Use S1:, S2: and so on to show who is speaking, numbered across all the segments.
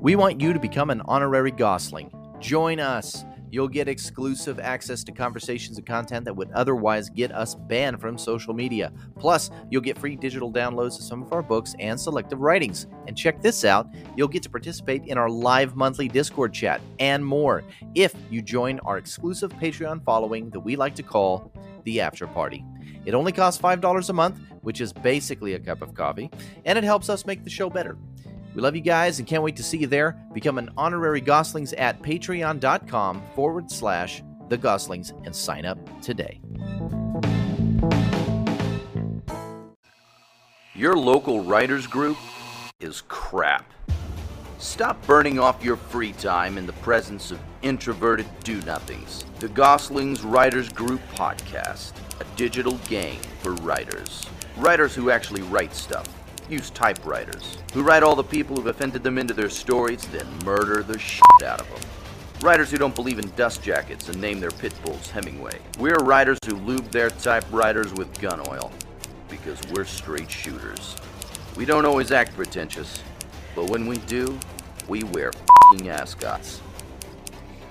S1: We want you to become an honorary Gosling. Join us. You'll get exclusive access to conversations and content that would otherwise get us banned from social media. Plus, you'll get free digital downloads of some of our books and selective writings. And check this out you'll get to participate in our live monthly Discord chat and more if you join our exclusive Patreon following that we like to call the After Party. It only costs $5 a month, which is basically a cup of coffee, and it helps us make the show better. We love you guys and can't wait to see you there. Become an honorary Goslings at patreon.com forward slash the Goslings and sign up today. Your local writers group is crap. Stop burning off your free time in the presence of introverted do nothings. The Goslings Writers Group Podcast, a digital game for writers. Writers who actually write stuff use typewriters, who write all the people who've offended them into their stories, then murder the shit out of them. Writers who don't believe in dust jackets and name their pit bulls Hemingway. We're writers who lube their typewriters with gun oil because we're straight shooters. We don't always act pretentious, but when we do, we wear fing ascots.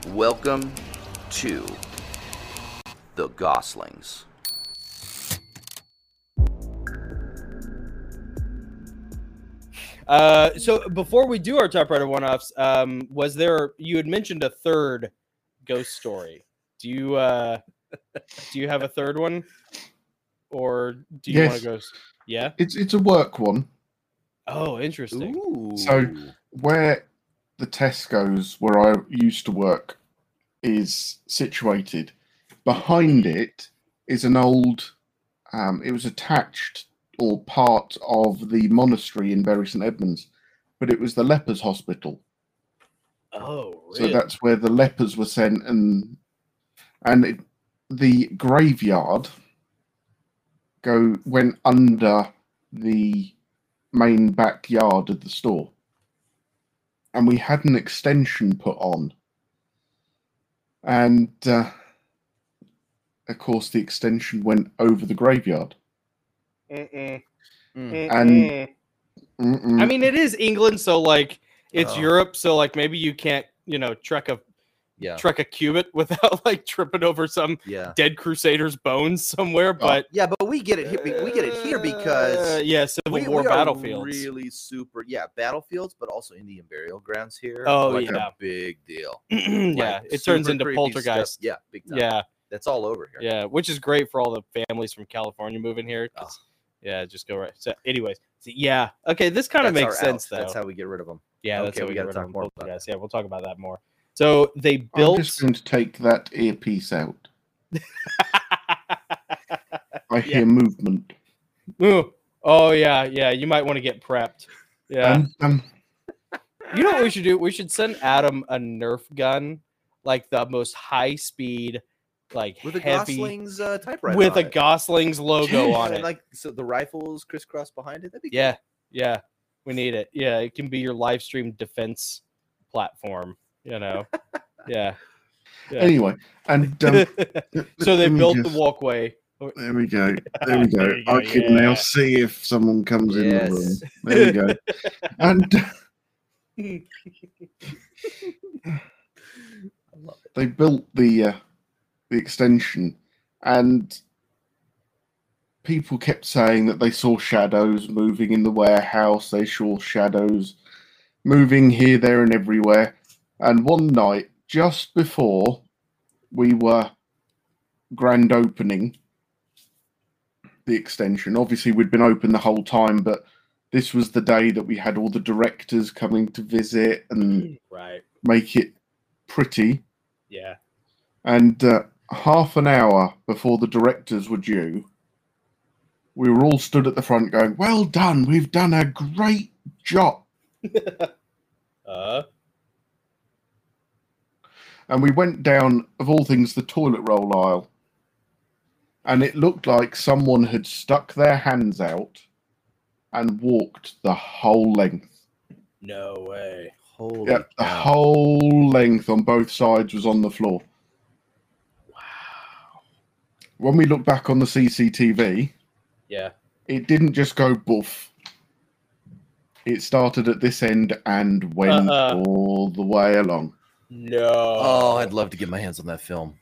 S1: Welcome to the Goslings.
S2: Uh, so before we do our typewriter one-offs, um, was there you had mentioned a third ghost story? Do you uh, do you have a third one, or do you want
S3: Yes.
S2: to ghost? Yeah.
S3: It's it's a work one
S2: Oh, interesting.
S1: Ooh.
S3: So- where the Tesco's where I used to work is situated. Behind it is an old. Um, it was attached or part of the monastery in Bury St Edmunds, but it was the lepers' hospital.
S2: Oh,
S3: So that's where the lepers were sent, and and it, the graveyard go went under the main backyard of the store, and we had an extension put on, and uh, of course the extension went over the graveyard.
S2: Mm-mm.
S1: Mm.
S2: Mm-mm.
S3: Mm-mm.
S2: I mean, it is England, so like it's
S1: Oh.
S2: Europe, so like maybe you can't you know trek a
S1: yeah,
S2: trek a cubit without like tripping over some
S1: yeah,
S2: dead crusader's bones somewhere. But
S1: yeah. But we get it. Oh. Here, we get it here
S2: Uh,
S1: because
S2: yeah, Civil
S1: we,
S2: War
S1: we are
S2: battlefields.
S1: really super. Yeah, battlefields, but also Indian burial grounds here.
S2: Oh,
S1: like
S2: yeah.
S1: a big deal.
S2: yeah,
S1: Like,
S2: it turns
S1: super
S2: into
S1: creepy
S2: poltergeist.
S1: stuff. Yeah, big time.
S2: Yeah,
S1: that's all over here.
S2: yeah, which is great for all the families from California moving here.
S1: Oh.
S2: 'cause- Yeah, just go right. So, anyways, so yeah, okay, this kind of
S1: That's
S2: makes
S1: our out.
S2: sense though.
S1: That's how we get rid of them.
S2: yeah, that's
S1: okay,
S2: how
S1: we
S2: get
S1: gotta
S2: rid of
S1: talk
S2: them,
S1: more about
S2: poltergeist. Yeah, we'll talk about that more. So they built.
S3: I'm just going to take that earpiece out. I hear movement.
S2: Ooh, oh yeah, yeah. You might want to get prepped. Yeah.
S3: Um, um,
S2: You know what we should do? We should send Adam a Nerf gun, like the most high speed, like
S1: With a
S2: heavy,
S1: Gosling's uh, typewriter.
S2: with
S1: on
S2: a
S1: it.
S2: Gosling's logo
S1: Yeah,
S2: on
S1: and
S2: it.
S1: Like so, the rifles crisscross behind it. That'd be
S2: yeah, yeah. We need it. Yeah, it can be your live stream defense platform. You know. yeah. yeah.
S3: Anyway, and um,
S2: so they
S3: let me
S2: built
S3: just-
S2: the walkway.
S3: There we go. There we go.
S2: There you go,
S3: I can now
S2: yeah.
S3: see if someone comes
S1: cool.
S3: in the room. There we go. And
S1: I love it.
S3: they built the uh, the extension, and people kept saying that they saw shadows moving in the warehouse. They saw shadows moving here, there, and everywhere. And one night, just before we were grand opening the extension, obviously we'd been open the whole time, but this was the day that we had all the directors coming to visit and
S2: right.
S3: make it pretty
S2: Yeah.
S3: and uh, half an hour before the directors were due, we were all stood at the front going, Well done, we've done a great job.
S2: Uh.
S3: And we went down, of all things, the toilet roll aisle. And it looked like someone had stuck their hands out and walked the whole length.
S2: No way.
S1: Holy
S3: Yeah, the
S1: cow.
S3: whole length on both sides was on the floor.
S2: Wow.
S3: When we look back on the CCTV,
S2: Yeah.
S3: it didn't just go boof. It started at this end and went
S2: Uh-uh.
S3: all the way along.
S2: No.
S1: Oh, I'd love to get my hands on that film.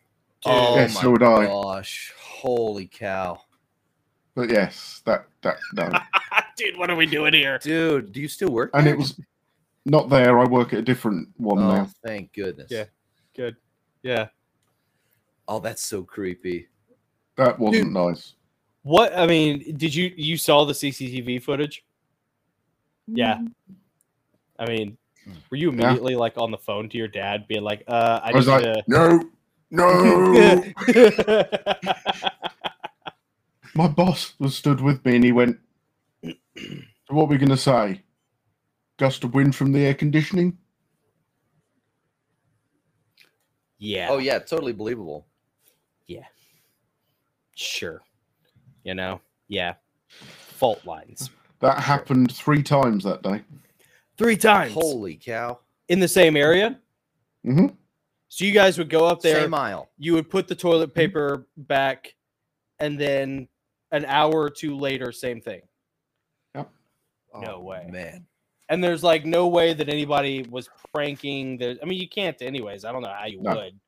S1: Oh
S3: Yes,
S1: my
S3: so would I.
S1: gosh! Holy cow,
S3: But yes, that that no.
S2: dude, what are we doing here?
S1: dude! Do you still work?
S3: and
S1: there?
S3: it was not there. I work at a different one
S1: Oh,
S3: now.
S1: thank goodness.
S2: Yeah. Good. Yeah.
S1: Oh, that's so creepy.
S3: That wasn't
S2: Dude.
S3: nice.
S2: What I mean, did you you saw the CCTV footage? Yeah. I mean, were you immediately like on the phone to your dad, being like, "Uh, I,
S3: I was
S2: need
S3: like,
S2: to."
S3: no, no. My boss was stood with me and he went, "So What are we going to say? Gust of wind from the air conditioning?
S2: yeah.
S1: Oh yeah, totally believable.
S2: Sure. You know. Yeah. Fault lines
S3: That happened three times that day.
S2: three times
S1: Holy cow!
S2: in the same area.
S3: hmm
S2: So you guys would go up there.
S1: Same aisle.
S2: you would put the toilet paper back and then an hour or two later same thing No
S1: Oh,
S2: way.
S1: man.
S2: and there's like no way that anybody was pranking the i mean you can't anyways i don't know how you
S3: No.
S2: would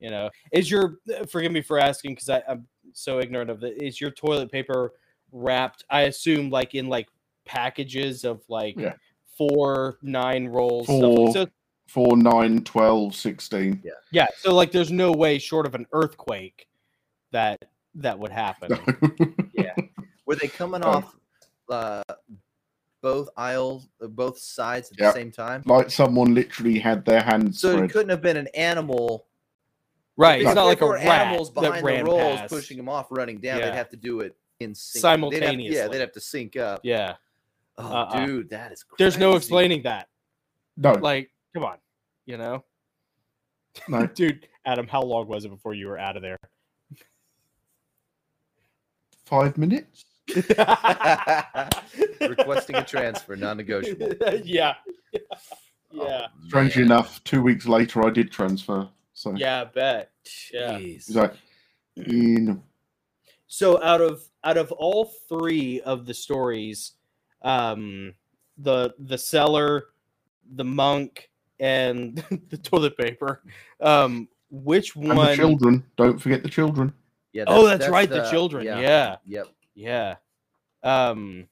S2: you know is your forgive me for asking because i'm so ignorant of it is your toilet paper wrapped i assume like in like packages of like
S3: Yeah.
S2: four nine rolls stuff
S3: Four.
S2: like, so
S3: Four, nine, 12, 16.
S2: yeah so like there's no way short of an earthquake that that would happen
S1: Were they coming
S3: Um,
S1: off uh, both aisles, uh, both sides at
S3: Yeah.
S1: the same time?
S3: like someone literally had their hands
S1: So it
S3: spread.
S1: couldn't have been an animal.
S2: right
S1: Because
S2: it's not
S1: if
S2: like
S1: there
S2: a
S1: were
S2: rat
S1: animals
S2: that
S1: behind
S2: ran
S1: the rolls
S2: past.
S1: pushing them off, running down.
S2: Yeah.
S1: They'd have to do it in sync. They'd have- yeah,
S2: Simultaneously.
S1: they'd have to sync up.
S2: Yeah.
S1: Oh,
S2: Uh-uh.
S1: dude, that is. Crazy.
S2: There's no explaining that.
S3: No,
S2: Like, come on. You know?
S3: no.
S2: Dude, Adam, how long was it before you were out of there?
S3: Five minutes?
S1: Requesting a transfer, non-negotiable.
S2: yeah.
S1: Oh,
S2: Yeah.
S3: Strangely
S1: man.
S3: enough, two weeks later, I did transfer. So
S2: Yeah, I bet. Yeah.
S1: Jeez.
S3: he's like, you know,
S2: So out of out of all three of the stories, um the the seller, the monk, and the toilet paper, um, which
S3: and the
S2: one
S3: children. Don't forget the children.
S1: Yeah,
S2: Oh, that's, right, the, children. yeah.
S1: Yep.
S2: Yeah. Um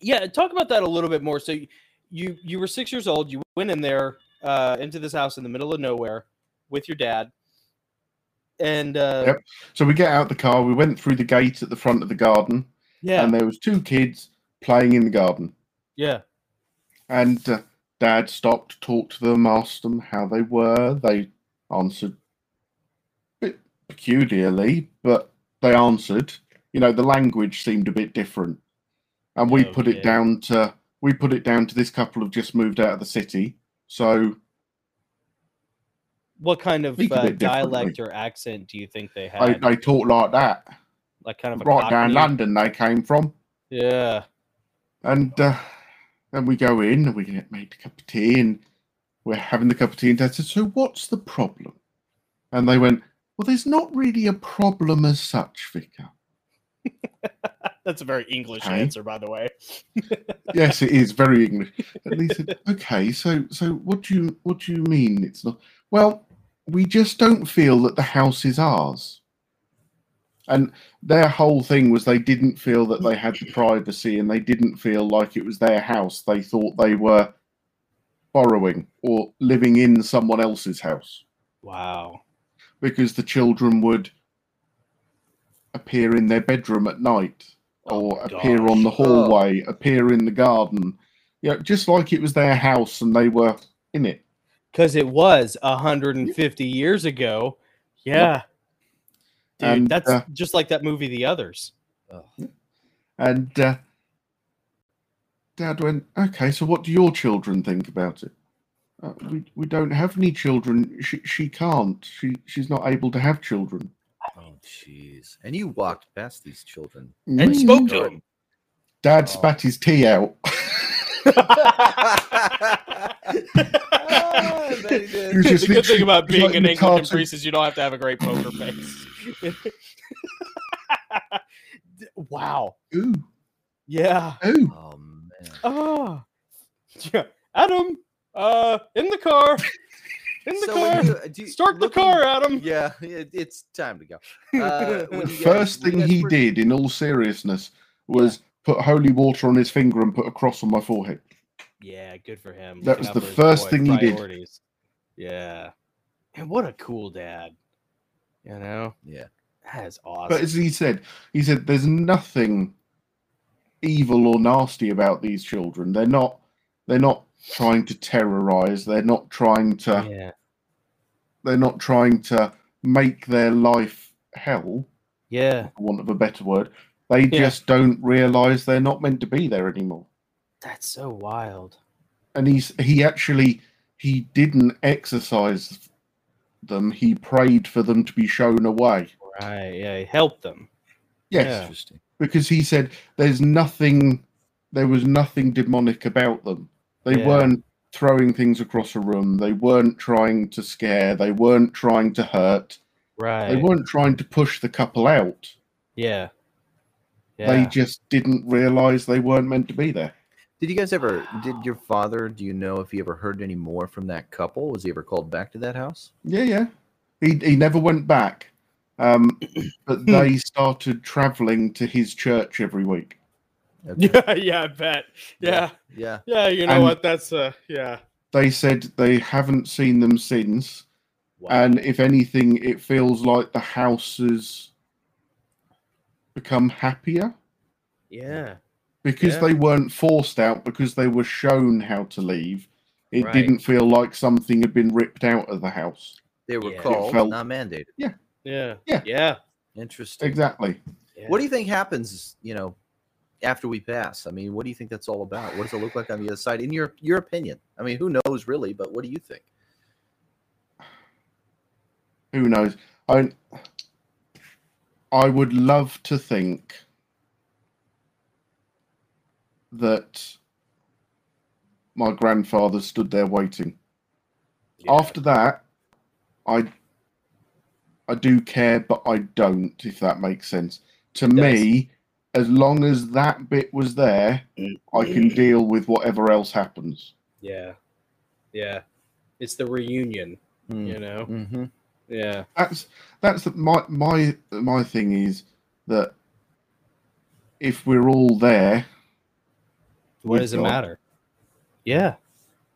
S2: Yeah, talk about that a little bit more. So y- you you were 6 years old, you went in there uh into this house in the middle of nowhere with your dad. And uh
S3: Yep. So we get out the car. We went through the gate at the front of the garden,
S2: yeah.
S3: and there was two kids playing in the garden.
S2: yeah.
S3: And uh, Dad stopped, talked to them, asked them how they were. They answered a bit peculiarly, but they answered. You know, the language seemed a bit different, and we put
S2: Okay.
S3: it down to we put it down to this couple have just moved out of the city, so
S2: What kind of
S3: Speak a
S2: uh,
S3: bit differently.
S2: dialect or accent do you think they
S3: they,
S2: had?
S3: they talk like that.
S2: like kind of a
S3: Right down
S2: Cockney?
S3: London, they came from.
S2: Yeah.
S3: And uh, then we go in and we get made a cup of tea and we're having the cup of tea. And Dad said, So what's the problem? And they went, Well, there's not really a problem as such, Vicar.
S2: That's a very English
S3: Okay.
S2: answer, by the way.
S3: yes, it is very English. And they said, Okay, so so what do you what do you mean it's not well, we just don't feel that the house is ours. And their whole thing was they didn't feel that they had the privacy and they didn't feel like it was their house. They thought they were borrowing or living in someone else's house
S2: Wow.
S3: because the children would appear in their bedroom at night
S2: Oh,
S3: or appear on the hallway, appear in the garden. Yeah, just like it was their house and they were in it.
S2: Cuz it was 150 years ago. Yeah. Dude,
S3: And,
S2: that's
S3: uh,
S2: just like that movie The Others.
S3: And uh, Dad went, "Okay, so what do your children think about it?" Uh, we we don't have any children. She she can't. She she's not able to have children.
S1: Oh, jeez. And you walked past these children.
S2: and Oh.
S3: Mm.
S2: spoke to him.
S3: Dad spat his tea out.
S1: Ah, I bet he did.
S3: He was just
S2: the good thing
S3: literally-
S2: about being
S3: he was like
S2: an
S3: the
S2: Anglican
S3: cartoon-
S2: priest is you don't have to have a great poker face. D- wow.
S3: Ooh,
S2: Yeah.
S3: ooh.
S1: Oh man.
S2: Oh. Yeah. Adam, uh, in the car, in the
S1: so
S2: car.
S1: when you, uh, do you-
S2: Start the
S1: looking-
S2: car, Adam.
S1: Yeah, it, it's time to go. Uh, when you
S3: The
S1: guys-
S3: first
S1: when you
S3: thing
S1: guys
S3: he
S1: were-
S3: did, in all seriousness, was put holy water on his finger and put a cross on my forehead.
S2: Yeah, good for him.
S3: That
S2: looking
S3: was
S2: out
S3: the
S2: for his
S3: first
S2: boy,
S3: thing he did.
S2: priorities. Yeah. And what a cool dad. You know?
S1: Yeah.
S2: That is awesome.
S3: But as he said, he said, "There's nothing evil or nasty about these children. They're not. They're not trying to terrorize. They're not trying to.
S2: yeah.
S3: They're not trying to make their life hell,
S2: Yeah.
S3: for want of a better word. They
S2: Yeah.
S3: just don't realize they're not meant to be there anymore."
S2: That's so wild.
S3: and he's he actually he didn't exercise them he prayed for them to be shown away
S2: Right. Yeah. Help them.
S3: yes
S2: Yeah.
S1: Interesting.
S3: because he said there's nothing there was nothing demonic about them they
S2: Yeah.
S3: weren't throwing things across a room they weren't trying to scare they weren't trying to hurt
S2: Right.
S3: they weren't trying to push the couple out
S2: yeah.
S3: they
S2: Yeah.
S3: just didn't realize they weren't meant to be there
S1: Did you guys ever? Did your father? Do you know if he ever heard any more from that couple? Was he ever called back to that house?
S3: Yeah, yeah. He he never went back. Um, but they started traveling to his church every week.
S1: Okay.
S2: yeah. Yeah. I bet. Yeah.
S1: Yeah.
S2: Yeah. you know
S3: And-
S2: what? That's uh. Yeah.
S3: They said they haven't seen them since, and if anything, it feels like the house has become happier
S2: Yeah.
S3: because
S2: Yeah.
S3: they weren't forced out because they were shown how to leave. It
S2: Right.
S3: didn't feel like something had been ripped out of the house.
S1: They were
S2: Yeah. It
S1: called,
S3: felt-
S1: not mandated.
S2: Yeah.
S3: Yeah.
S2: Yeah.
S1: Interesting.
S3: Exactly.
S1: What do you think happens? You know, after we pass. I mean, what do you think that's all about? What does it look like on the other side? In your your opinion? I mean, who knows really? But what do you think?
S3: Who knows? I I would love to think that my grandfather stood there waiting.
S2: Yeah.
S3: After that, I I do care, but I don't, if that makes sense. To me, as long as that bit was there, I can deal with whatever else happens.
S2: Yeah. Yeah. It's the reunion. You know.
S1: Mm-hmm.
S2: Yeah.
S3: that's that's the, my my my thing is that if we're all there,
S2: What
S3: Good
S2: does it
S3: God.
S2: matter? Yeah.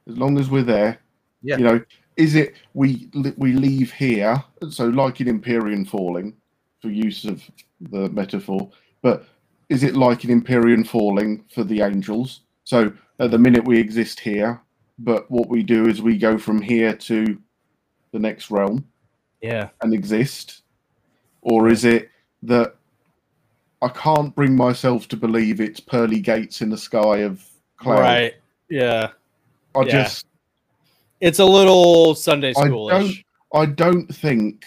S3: as long as we're there,
S1: Yeah.
S3: you know, is it we li- we leave here? So like in Empyrean Falling, for use of the metaphor, but is it like in Empyrean Falling for the angels? So at the minute we exist here, but what we do is we go from here to the next realm.
S2: Yeah.
S3: and exist? Or is it that I can't bring myself to believe it's pearly gates in the sky of cloud?
S2: Right. Yeah.
S3: I
S2: yeah.
S3: just
S2: It's a little Sunday
S3: I
S2: schoolish.
S3: I don't think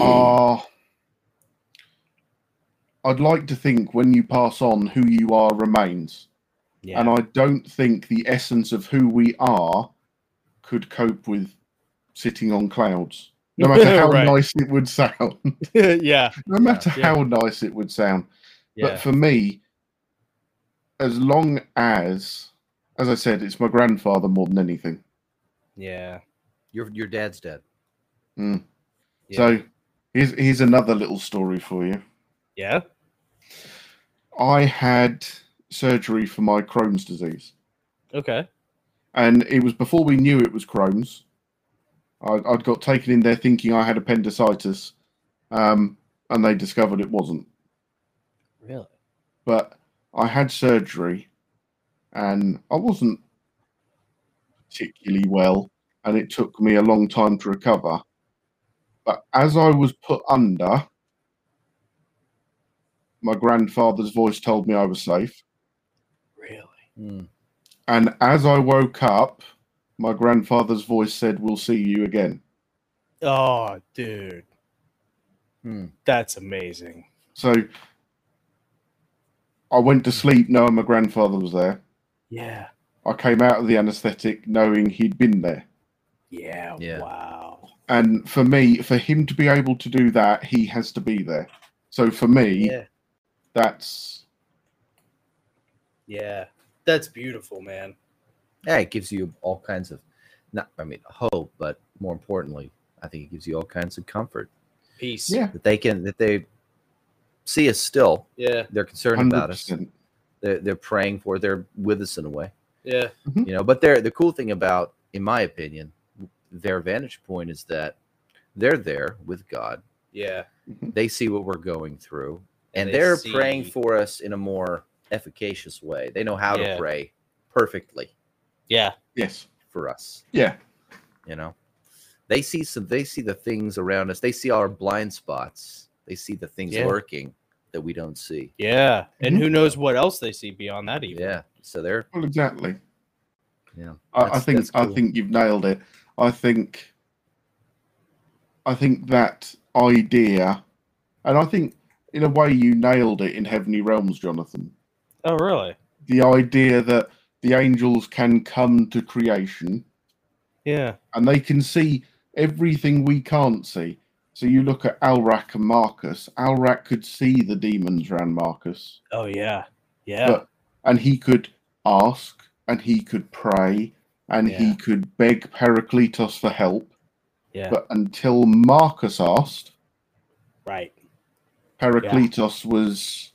S3: are I'd like to think when you pass on who you are remains.
S2: Yeah.
S3: And I don't think the essence of who we are could cope with sitting on clouds. No matter how
S2: Right.
S3: nice it would sound.
S2: yeah.
S3: No matter
S2: yeah.
S3: how nice it would sound. But
S2: Yeah.
S3: for me, as long as, as I said, it's my grandfather more than anything.
S2: Yeah.
S1: Your your dad's dead.
S2: Yeah.
S3: So here's, here's another little story for you.
S2: yeah.
S3: I had surgery for my Crohn's disease,
S2: Okay.
S3: and it was before we knew it was Crohn's. I, I'd got taken in there thinking I had appendicitis, um, and they discovered it wasn't.
S2: Really?
S3: but I had surgery and I wasn't particularly well, and it took me a long time to recover. But as I was put under, my grandfather's voice told me I was safe.
S2: Really?
S1: Mm.
S3: And as I woke up, my grandfather's voice said, We'll see you again.
S2: Oh, dude.
S1: Hmm.
S2: That's amazing.
S3: So I went to sleep knowing my grandfather was there.
S2: Yeah.
S3: I came out of the anesthetic knowing he'd been there.
S2: Yeah.
S1: Yeah.
S2: Wow.
S3: And for me, for him to be able to do that, he has to be there. So for me,
S2: Yeah.
S3: that's
S2: Yeah. That's beautiful, man.
S1: yeah, it gives you all kinds of, not I mean hope, but more importantly, I think it gives you all kinds of comfort
S2: Peace.
S3: Yeah.
S1: that they can that they see us still.
S2: Yeah.
S1: They're concerned about us.
S3: 100%.
S1: They're, they're praying for. They're with us in a way,
S2: Yeah.
S1: you know. But they're the cool thing about, in my opinion, their vantage point is that they're there with God.
S2: Yeah.
S1: They see what we're going through, and,
S2: they
S1: they are
S2: see-
S1: praying for us in a more efficacious way. They know how
S2: Yeah.
S1: to pray perfectly
S2: Yeah.
S3: Yes.
S1: for us.
S3: Yeah.
S1: you know they see some they see the things around us they see our blind spots they see the things
S2: Yeah.
S1: lurking that we don't see
S2: Yeah. And
S3: Mhm.
S2: who knows what else they see beyond that even.
S1: yeah so they're
S3: Well, exactly.
S1: Yeah,
S3: I, I
S1: that's-
S3: think
S1: that's cool.
S3: I think you've nailed it. I think I think that idea, and I think in a way you nailed it in Heavenly Realms, Jonathan.
S2: Oh really?
S3: The idea that the angels can come to creation
S2: Yeah.
S3: and they can see everything we can't see. So you look at Alrak and Marcus. Alrak could see the demons around Marcus.
S2: Oh yeah. Yeah.
S3: But- and he could ask and he could pray and
S2: Yeah.
S3: he could beg Heraclitus for help.
S2: Yeah.
S3: But until Marcus asked,
S2: right.
S3: Heraclitus was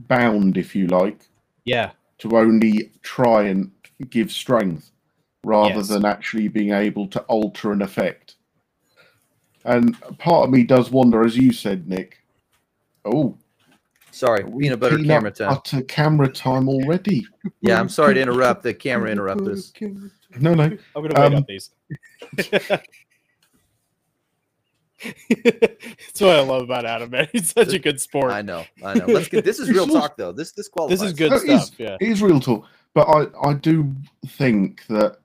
S3: bound, if you like,
S2: Yeah.
S3: to only try and give strength rather
S2: Yes.
S3: than actually being able to alter an effect. And part of me does wonder, as you said, Nick. Oh,
S1: sorry
S3: are
S1: peanut butter
S3: peanut
S1: camera time
S3: butter camera time already.
S1: yeah i'm sorry to interrupt the camera interrupted us
S3: No, no.
S2: I'm gonna wait
S3: Um,
S2: on these. That's what I love about Adam, man. He's such a good sport.
S1: i know i know let's get this is real talk though this this qualifies
S2: This is good
S3: That is-
S2: stuff. Yeah.
S3: It is real talk, but I, I do think that,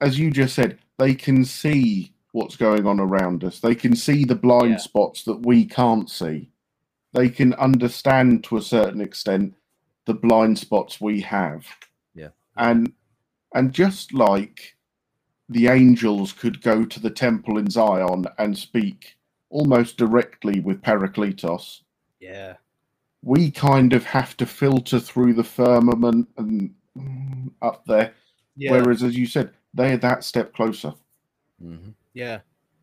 S3: as you just said, they can see what's going on around us. They can see the blind
S2: Yeah.
S3: spots that we can't see. They can understand to a certain extent the blind spots we have.
S1: Yeah.
S3: And and just like the angels could go to the temple in Zion and speak almost directly with Paracletos,
S2: Yeah.
S3: we kind of have to filter through the firmament and mm, up there.
S2: Yeah.
S3: Whereas, as you said, they're that step closer.
S1: Mhm.
S2: Yeah.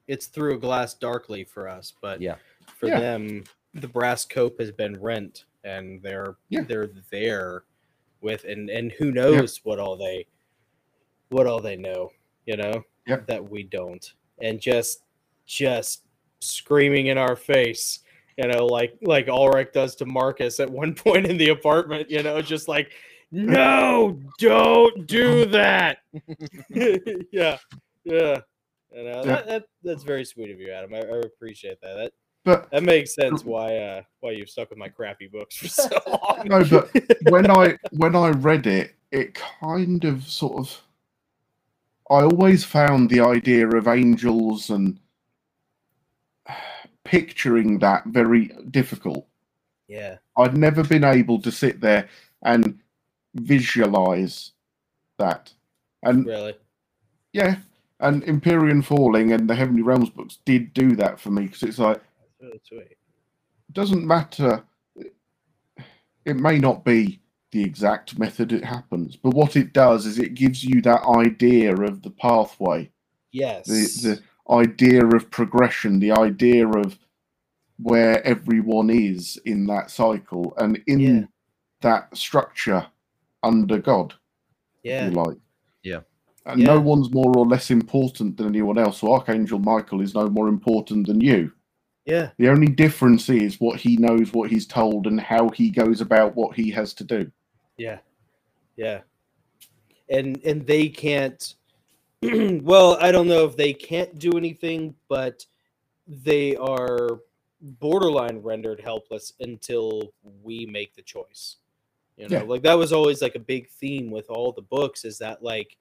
S2: It's through a glass darkly for us, but
S1: Yeah.
S2: for
S3: Yeah.
S2: them the brass cope has been rent and they're
S3: Yeah.
S2: they're there with and and who knows what all they what all they know, you know,
S3: Yep.
S2: that we don't. And just just screaming in our face, you know, like like Ulrich does to Marcus at one point in the apartment, you know, just like no, don't do that. yeah. Yeah. You know, That, that, that's very sweet of you, Adam. I, I appreciate that. That
S3: But
S2: that makes sense why uh why you've stuck with my crappy books for so long.
S3: no, but when I when I read it, it kind of sort of. I always found the idea of angels and picturing that very difficult.
S2: yeah.
S3: I'd never been able to sit there and visualize that. And
S2: Really.
S3: Yeah, and Empyrean Falling and the Heavenly Realms books did do that for me because it's like
S2: That's really sweet.
S3: doesn't matter. It may not be the exact method it happens, but what it does is it gives you that idea of the pathway,
S2: Yes.
S3: the the idea of progression, the idea of where everyone is in that cycle and in
S2: Yeah.
S3: that structure under God
S2: yeah.
S3: if you like.
S1: Yeah.
S3: And no
S2: Yeah.
S3: one's more or less important than anyone else. So Archangel Michael is no more important than you.
S2: Yeah.
S3: The only difference is what he knows, what he's told, and how he goes about what he has to do.
S2: Yeah. Yeah. And and they can't well, I don't know if they can't do anything, but they are borderline rendered helpless until we make the choice. You know,
S3: Yeah.
S2: like that was always like a big theme with all the books is that like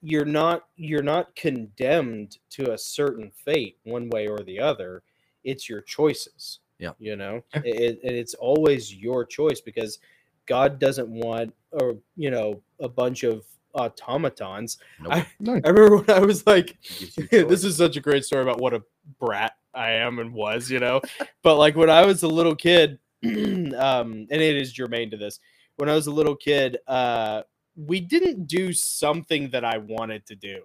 S2: you're not you're not condemned to a certain fate one way or the other. It's your choices.
S1: Yeah.
S2: You know,
S3: Yeah.
S2: it, and it's always your choice because God doesn't want or you know a bunch of automatons.
S1: Nope.
S2: I,
S3: No.
S2: I remember when I was like,
S1: Gives you choice.
S2: this is such a great story about what a brat I am and was, you know. but like when I was a little kid, um, and it is germane to this. When I was a little kid, uh, we didn't do something that I wanted to do.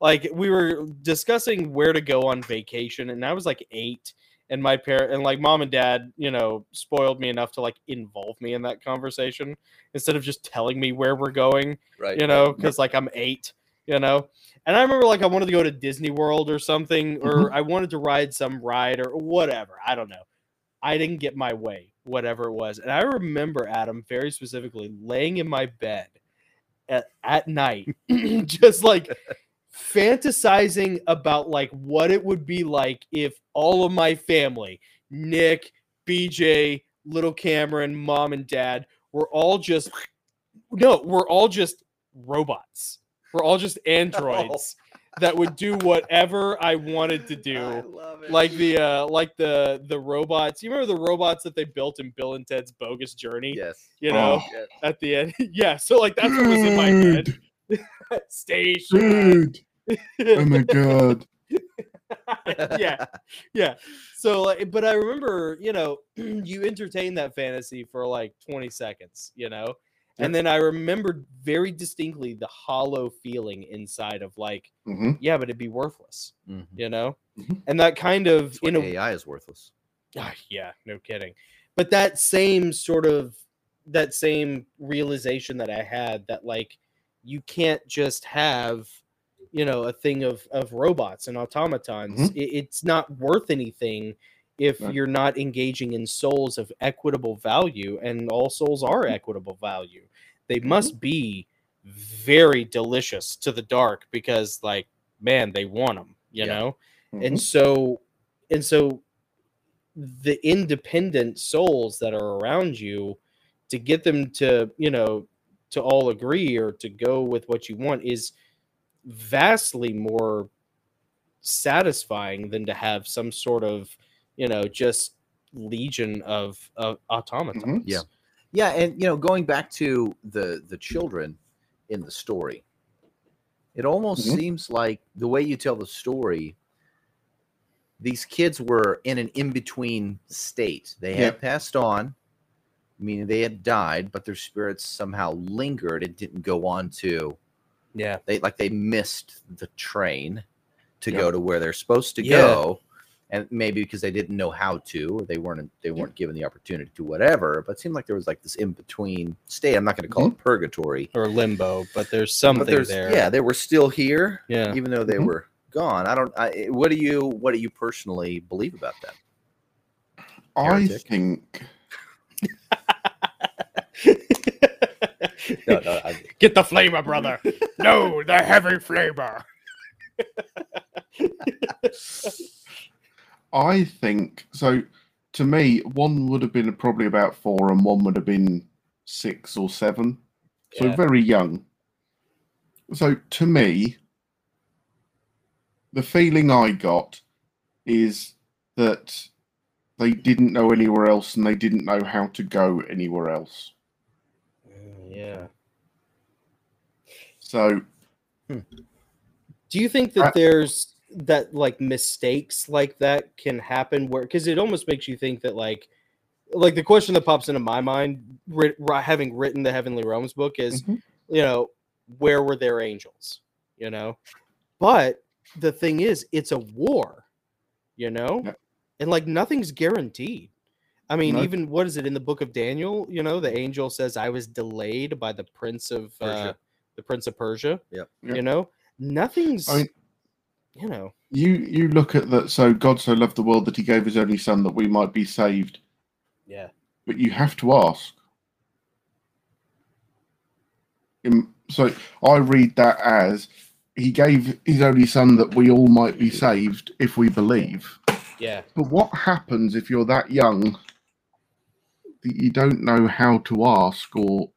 S2: Like we were discussing where to go on vacation, and I was like eight, and my parent and like mom and dad, you know, spoiled me enough to like involve me in that conversation instead of just telling me where we're going
S4: Right.
S2: you know, because like I'm eight, you know. And I remember like I wanted to go to Disney World or something, or I wanted to ride some ride or whatever. I don't know. I didn't get my way, whatever it was. And I remember Adam very specifically laying in my bed at, at night, just like fantasizing about like what it would be like if all of my family, Nick, BJ, little Cameron, mom and dad, were all just no, we're all just robots. We're all just androids that would do whatever I wanted to do
S1: love
S2: like the uh like the the robots you remember the robots that they built in bill and ted's bogus journey
S1: yes.
S2: you know
S3: Oh,
S2: at the end yeah so like that's what was in my head station
S3: Dude, oh my god.
S2: yeah yeah so like but i remember you know you entertain that fantasy for like 20 seconds you know and then i remembered very distinctly the hollow feeling inside of like
S3: hmm
S2: yeah but it'd be worthless
S1: Mhm.
S2: you know
S3: Mhm.
S2: and that kind of
S1: That's
S2: in
S1: what
S2: a
S1: AI is worthless.
S2: Ah, yeah, no kidding. But that same sort of that same realization that I had that like you can't just have you know a thing of of robots and automatons. It, it's not worth anything if
S3: Right.
S2: you're not engaging in souls of equitable value, and all souls are equitable value. They must be very delicious to the dark because like man, they want them, you
S1: Yeah.
S2: know
S3: Mm-hmm.
S1: Mm-hmm.
S2: and so and so the independent souls that are around you to get them to you know to all agree or to go with what you want is vastly more satisfying than to have some sort of you know just legion of, of automatons
S3: Mhm.
S1: Mm-hmm. Yeah. Yeah, and you know, going back to the the children in the story, it almost
S3: Mhm.
S1: seems like the way you tell the story, these kids were in an in between state. They had
S3: Yeah.
S1: passed on, meaning they had died, but their spirits somehow lingered and didn't go on to
S2: yeah
S1: they like they missed the train to
S3: Yeah.
S1: go to where they're supposed to
S2: Yeah.
S1: go and maybe because they didn't know how to or they weren't they weren't given the opportunity to whatever but it seemed like there was like this in between state i'm not going to call it purgatory
S2: or limbo but there's Mm-hmm. something
S1: but there's
S2: there
S1: yeah they were still here
S2: yeah Mm-hmm.
S1: even though they
S3: Mhm.
S1: were gone i don't I, what do you what do you personally believe about that
S3: I
S1: Heretic.
S3: think
S1: no no I,
S2: get the flavor brother no the heavy flavor
S3: I think so. To me, one would have been probably about four, and one would have been six or seven. So
S2: Yeah.
S3: very young. So to me, the feeling I got is that they didn't know anywhere else, and they didn't know how to go anywhere else.
S2: yeah
S3: So
S2: Do you think that
S3: I-
S2: there's that like mistakes like that can happen where because it almost makes you think that like like the question that pops into my mind writ, ri- having written the heavenly realms book is
S3: Mhm.
S2: you know where were their angels you know but the thing is it's a war you know
S3: Yep.
S2: and like nothing's guaranteed i mean
S3: No.
S2: even what is it in the book of daniel you know the angel says i was delayed by the prince of uh,
S1: Persia.
S2: the prince of persia
S1: Yep.
S2: you know nothing's
S3: I mean,
S2: you know
S3: you you look at that. So God so loved the world that He gave His only Son that we might be saved.
S2: yeah
S3: but you have to ask. Um, So I read that as he gave his only son that we all might be saved if we believe.
S2: yeah
S3: But what happens if you're that young that you don't know how to ask or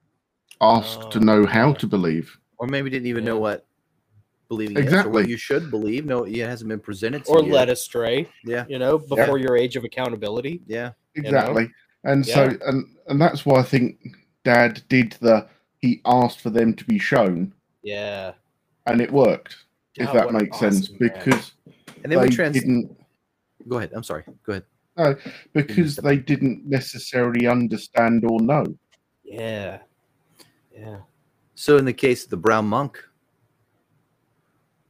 S3: ask to
S2: Oh,
S3: know how
S2: yeah.
S3: to believe?
S1: or maybe didn't even know
S2: Yeah.
S1: what believing is or
S3: Exactly.
S1: what you should believe no it hasn't been presented to
S2: or
S1: you
S2: led astray
S1: yeah
S2: you know before your age of accountability
S1: yeah
S2: know?
S3: Exactly. And so and and that's why I think dad did the he asked for them to be shown
S2: yeah
S3: and it worked. If
S2: God,
S3: that
S2: what an
S3: makes sense
S2: awesome man.
S3: because
S1: and
S3: they
S1: then we trans
S3: didn't
S1: go ahead i'm sorry go ahead
S3: because
S1: step
S3: they didn't necessarily understand or know.
S2: yeah yeah
S1: So in the case of the brown monk,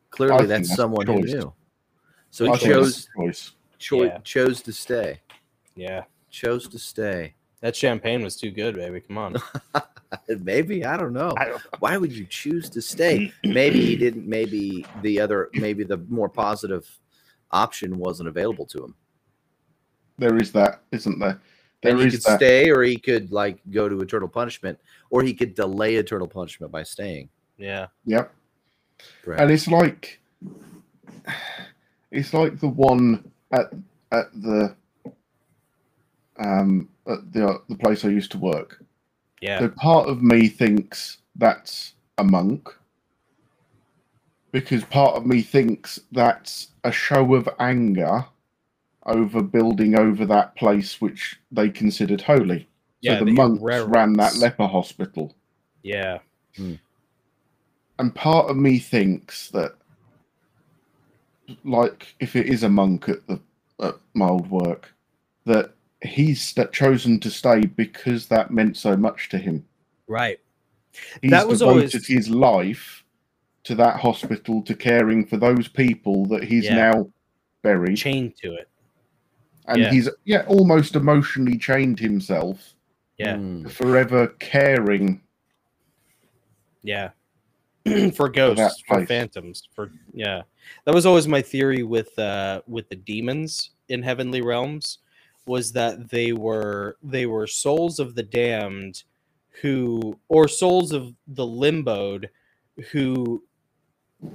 S1: clearly
S3: think
S1: that's,
S3: that's a
S1: someone who
S3: choice.
S1: knew. So
S3: I
S1: he
S3: think
S1: chose
S3: it's a choice.
S1: cho-
S2: Yeah.
S1: chose to stay.
S2: Yeah.
S1: Chose to stay.
S2: That champagne was too good, baby. Come on.
S1: Maybe I don't know. Why would you choose to stay? Maybe he didn't. Maybe the other. Maybe the more positive option wasn't available to him.
S3: There is that, isn't there?
S1: And
S3: There
S1: he
S3: is
S1: could
S3: that.
S1: stay, or he could like go to eternal punishment, or he could delay eternal punishment by staying.
S2: Yeah.
S3: Yep.
S1: Brad.
S3: and it's like it's like the one at at the um at the the place I used to work.
S2: Yeah.
S3: So part of me thinks that's a monk because part of me thinks that's a show of anger over building over that place which they considered holy.
S2: Yeah.
S3: so the
S2: the
S3: monks ran that
S2: irreverence.
S3: leper hospital.
S2: Yeah.
S3: and part of me thinks that like if it is a monk at the at my old work that he's st- chosen to stay because that meant so much to him
S2: Right.
S3: he's
S2: That was
S3: devoted
S2: always-
S3: his life to that hospital to caring for those people that he's
S2: Yeah.
S3: now buried
S2: Chained to it.
S3: and
S2: yeah.
S3: he's yeah almost emotionally chained himself
S2: Yeah.
S1: Mm.
S3: forever caring
S2: Yeah. for ghosts, for,
S3: place.
S2: phantoms, for yeah. That was always my theory with uh with the demons in heavenly realms was that they were they were souls of the damned who or souls of the limboed who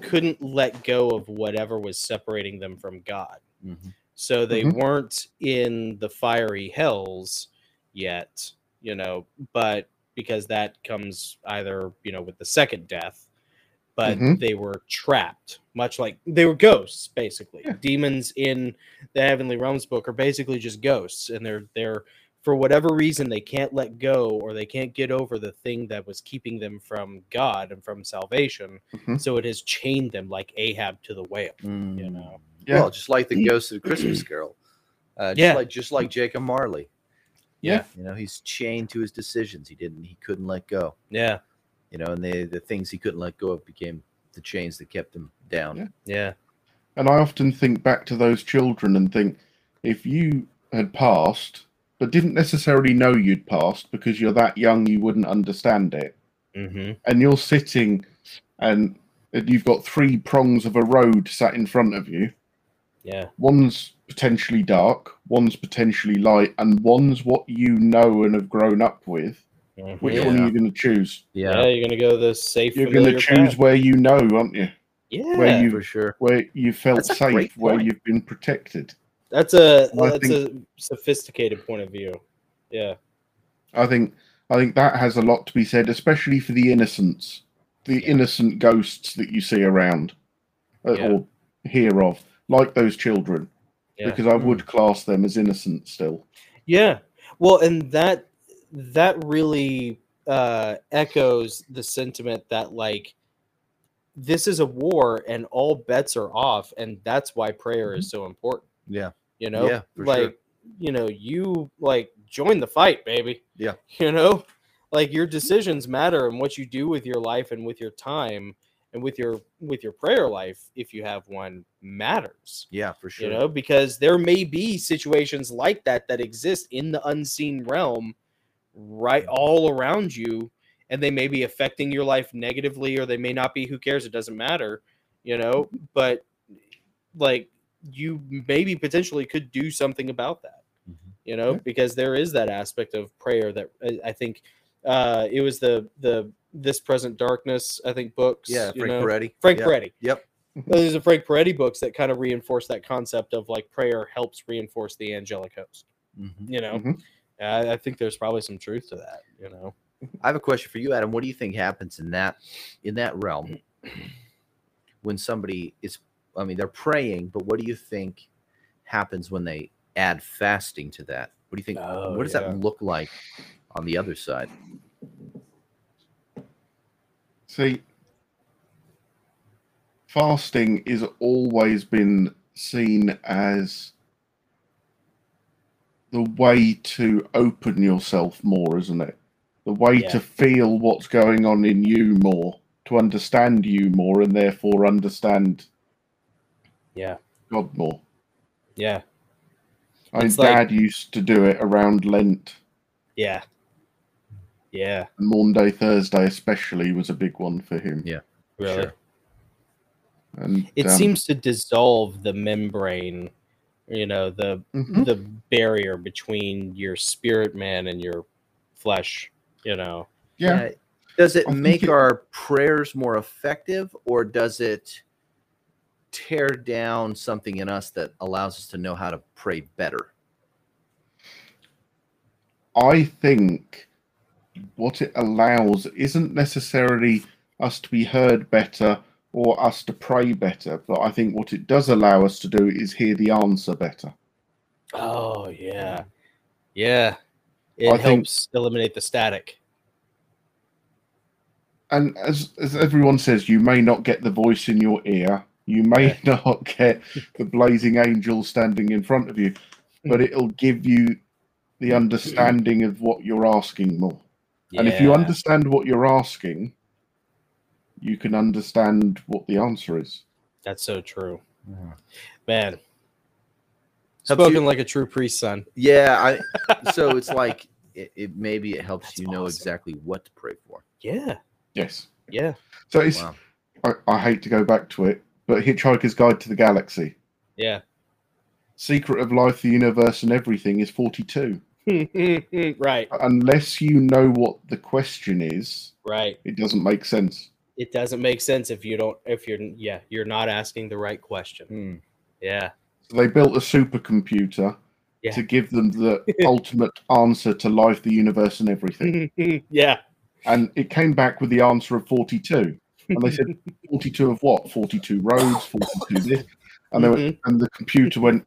S2: couldn't let go of whatever was separating them from God.
S1: Mhm.
S2: so they
S3: Mhm.
S2: weren't in the fiery hells yet you know but because that comes either you know with the second death but
S3: Mhm.
S2: they were trapped much like they were ghosts basically
S3: Yeah.
S2: demons in the heavenly realms book are basically just ghosts and they're they're for whatever reason they can't let go or they can't get over the thing that was keeping them from god and from salvation
S3: Mhm.
S2: so it has chained them like ahab to the whale you
S1: Mm.
S2: know
S3: Yeah.
S1: Well, just like the ghost of the Christmas Carol. Uh, just
S2: Mm. Yeah.
S1: like just like Jacob Marley.
S3: Yeah.
S1: You know, he's chained to his decisions. He didn't he couldn't let go.
S2: yeah
S1: You know, and the the things he couldn't let go of became the chains that kept him down.
S3: Yeah.
S2: yeah
S3: And I often think back to those children and think, if you had passed, but didn't necessarily know you'd passed because you're that young, you wouldn't understand it.
S2: mm-hmm
S3: And you're sitting and and you've got three prongs of a road sat in front of you.
S2: yeah
S3: One's potentially dark, one's potentially light, and one's what you know and have grown up with. Which
S2: Mm-hmm. yeah.
S3: one are
S1: Yeah.
S3: you going to choose?
S1: Yeah,
S2: you're gonna go the safe.
S3: You're going to
S2: familiar
S3: choose
S2: path.
S3: where you know, aren't you?
S2: yeah,
S3: where you-
S1: for sure.
S3: Where you felt
S1: That's a great
S3: safe, where
S1: point.
S3: you've been protected.
S2: that's a
S3: Well, I
S2: that's a sophisticated point of view. Yeah,
S3: I think I think that has a lot to be said, especially for the innocents, the innocent ghosts that you see around uh,
S2: Yeah.
S3: or hear of, like those children,
S2: yeah, Mm.
S3: because I would class them as innocent still.
S2: yeah. Well, and that that really uh, echoes the sentiment that like this is a war and all bets are off, and that's why prayer is so important.
S1: Mm-hmm. Yeah.
S2: you know
S1: Yeah, for sure.
S2: like you know you like join the fight baby
S1: Yeah.
S2: you know like your decisions matter and what you do with your life and with your time and with your with your prayer life if you have one matters
S1: Yeah, for sure.
S2: you know because there may be situations like that that exist in the unseen realm right
S1: Mm-hmm.
S2: all around you and they may be affecting your life negatively or they may not be who cares it doesn't matter you know
S1: Mm-hmm.
S2: but like you maybe potentially could do something about that
S1: Mhm.
S2: you know because there is that aspect of prayer that I- i think uh it was the the this present darkness i think books
S1: Yeah,
S2: you
S1: Frank
S2: know?
S1: Peretti.
S2: Frank
S1: yeah.
S2: Peretti.
S1: Yep.
S3: Mhm.
S2: There's a Frank Peretti books that kind of reinforce that concept of like prayer helps reinforce the angelic host.
S1: Mhm.
S2: You know,
S3: Mhm.
S2: I, I think there's probably some truth to that. You know,
S1: I have a question for you, Adam. What do you think happens in that in that realm when somebody is I mean, they're praying, but what do you think happens when they add fasting to that? What do you think
S2: Oh,
S1: what does
S2: yeah.
S1: that look like on the other side?
S3: See, fasting is always been seen as the way to open yourself more, isn't it? the way
S2: Yeah.
S3: to feel what's going on in you more, to understand you more, and therefore understand
S2: Yeah.
S3: God more.
S2: Yeah.
S3: I mean,
S2: It's like-
S3: Dad used to do it around Lent,
S2: Yeah. Yeah.
S3: and Monday, Thursday, especially, was a big one for him.
S1: Yeah.
S2: Really.
S1: Sure.
S3: And
S2: It
S3: um,
S2: seems to dissolve the membrane, you know, the
S3: mhm.
S2: the barrier between your spirit man and your flesh, you know.
S3: yeah,
S1: Uh, Does it
S3: I think
S1: make
S3: it-
S1: our prayers more effective or does it tear down something in us that allows us to know how to pray better?
S3: I think what it allows isn't necessarily us to be heard better or us to pray better, but I think what it does allow us to do is hear the answer better.
S2: Oh yeah. Yeah. It
S3: I think-
S2: helps eliminate the static.
S3: And as as everyone says, you may not get the voice in your ear, you may not get the blazing angel standing in front of you, but it'll give you the understanding of what you're asking more. And if you
S2: Yeah.
S3: understand what you're asking, you can understand what the answer is.
S2: That's so true. Man.
S1: Helps you-
S2: Spoken like a true priest, son.
S1: Yeah, I so it's like it, it maybe it helps
S2: That's
S1: you know
S2: awesome.
S1: exactly what to pray for.
S2: Yeah.
S3: Yes.
S2: Yeah.
S3: So it's
S1: Wow.
S3: I, I hate to go back to it, but Hitchhiker's Guide to the Galaxy,
S2: Yeah.
S3: Secret of Life, the Universe, and Everything is 42.
S2: right.
S3: Unless you know what the question is,
S2: Right.
S3: it doesn't make sense.
S2: It doesn't make sense if you don't if you're yeah, you're not asking the right question. Yeah.
S3: So they built a supercomputer
S2: Yeah.
S3: to give them the ultimate answer to life, the universe, and everything.
S2: yeah.
S3: And it came back with the answer of 42. And they said, 42 of what? 42 roads, 42 this. And, they went,
S2: Mhm.
S3: and the computer went,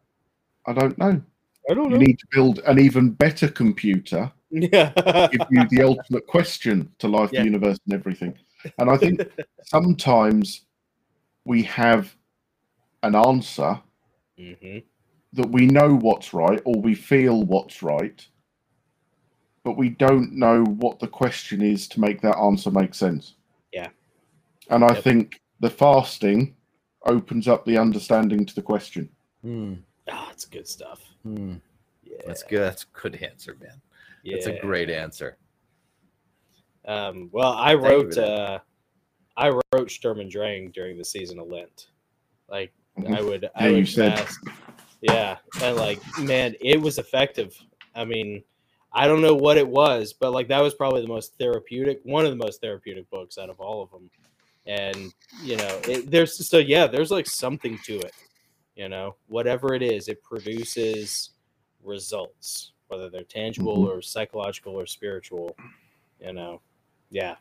S3: I don't know.
S2: I don't
S3: You need to build an even better computer
S2: Yeah.
S3: give you the ultimate question to life,
S2: Yeah.
S3: the universe, and everything. And I think sometimes we have an answer
S2: hmm
S3: that we know what's right or we feel what's right, but we don't know what the question is to make that answer make sense.
S2: Yeah.
S3: And I
S2: Yep.
S3: think the fasting opens up the understanding to the question.
S1: Mm,
S2: Ah, it's good stuff.
S1: mm.
S2: Yeah.
S1: That's good. That's a good answer, man.
S2: Yeah.
S1: That's a great answer.
S2: Um, well, I
S1: Thank you
S2: wrote
S1: for that.
S2: uh, I wrote Sturm and Drang during the season of Lent. Like I would, I
S3: Yeah, you
S2: would
S3: said.
S2: fast. Yeah, and like man, it was effective. I mean, I don't know what it was, but like that was probably the most therapeutic, one of the most therapeutic books out of all of them. And you know, it, there's so yeah, there's like something to it. You know, whatever it is, it produces results, whether they're tangible
S1: Mm-hmm.
S3: Mhm.
S2: or psychological or spiritual. You know, yeah,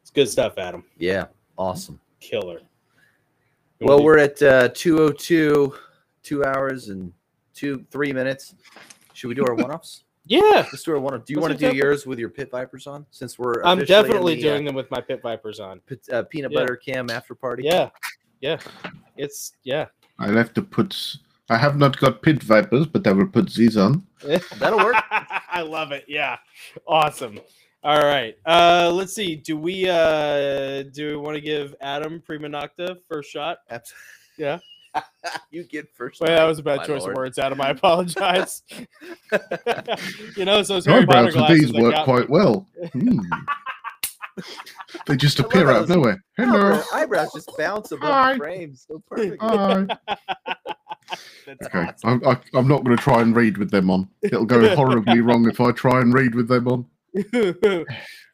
S2: it's good stuff, Adam.
S1: Yeah, awesome.
S2: Killer. You
S1: Well,
S2: wanna
S1: we're at uh, 202, two hours and two three minutes. Should we do our one offs?
S2: do- yeah,
S1: Let's do our one off. Do you
S2: Let's
S1: want
S2: do
S1: to do
S2: that.
S1: yours with your pit vipers on? Since we're
S2: I'm
S1: officially in
S2: definitely
S1: the, uh,
S2: doing them with my pit vipers on.
S1: pit- uh, peanut
S2: Yeah.
S1: butter cam after party.
S2: Yeah, yeah, it's yeah.
S3: I'll have to put, I have not got pit vipers, but I will put these on.
S1: that'll work.
S2: I love it. Yeah, awesome. All right. Uh, let's see. Do we uh do we want to give Adam Prima Nocta first shot?
S1: Abs-
S2: Yeah.
S1: you get first.
S2: Well, that was a
S1: My
S2: bad choice
S1: lord.
S2: of words, Adam. I apologize. you know, so Harry Potter
S3: Eyebrows with
S2: glasses
S3: these
S2: that
S3: work
S2: got
S3: quite well. Hmm. they just
S1: I love
S3: appear
S1: how
S3: out of
S1: those-
S3: nowhere. Hello.
S1: Her eyebrows just bounce above
S3: Hi.
S1: the frame so perfectly.
S3: Hi.
S2: That's
S3: Okay.
S2: awesome.
S3: I'm, I, I'm not going to try and read with them on. It'll go horribly wrong if I try and read with them on.
S2: it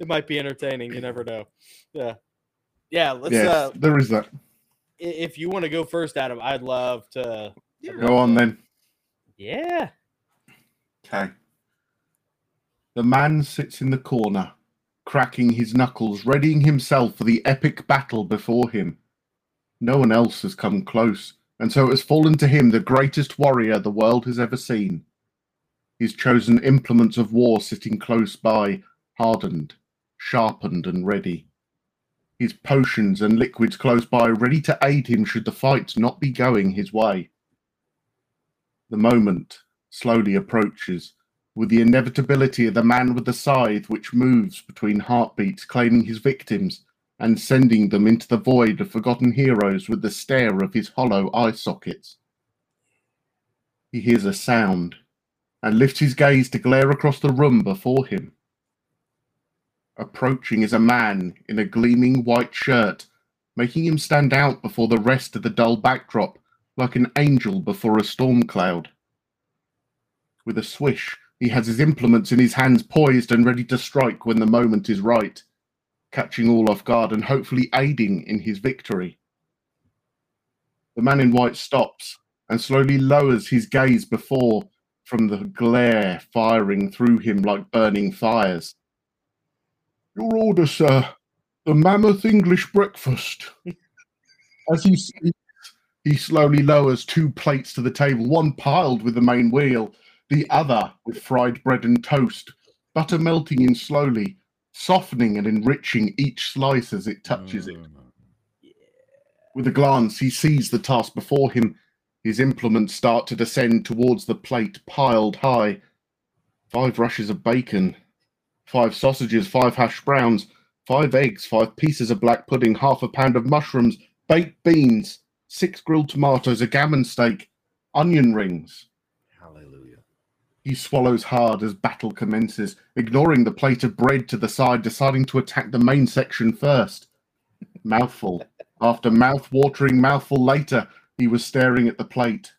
S2: might be entertaining. You never know. Yeah, yeah. Let's.
S3: yes,
S2: Uh,
S3: there is that.
S2: i- if you want to go first, Adam, I'd love to.
S1: Yeah.
S3: Go on then.
S2: Yeah.
S3: Okay. The man sits in the corner, cracking his knuckles, readying himself for the epic battle before him. No one else has come close, and so it has fallen to him the greatest warrior the world has ever seen. His chosen implements of war sitting close by, hardened, sharpened, and ready. His potions and liquids close by, ready to aid him should the fight not be going his way. The moment slowly approaches, with the inevitability of the man with the scythe which moves between heartbeats, claiming his victims and sending them into the void of forgotten heroes with the stare of his hollow eye sockets. He hears a sound and lifts his gaze to glare across the room before him. Approaching is a man in a gleaming white shirt, making him stand out before the rest of the dull backdrop like an angel before a storm cloud. With a swish, he has his implements in his hands poised and ready to strike when the moment is right, catching all off guard and hopefully aiding in his victory. The man in white stops and slowly lowers his gaze before from the glare firing through him like burning fires. Your order, sir. The mammoth English breakfast. As he speaks, he slowly lowers two plates to the table, one piled with the main wheel, the other with fried bread and toast, butter melting in slowly, softening and enriching each slice as it touches it.
S2: Mm,
S3: With a glance, he sees the task before him. His implements start to descend towards the plate piled high. Five rushes of bacon, five sausages, five hash browns, five eggs, five pieces of black pudding, half a pound of mushrooms, baked beans, six grilled tomatoes, a gammon steak, onion rings.
S1: Hallelujah.
S3: He swallows hard as battle commences, ignoring the plate of bread to the side, deciding to attack the main section first. Mouthful after mouth-watering mouthful later, he was staring at the plate.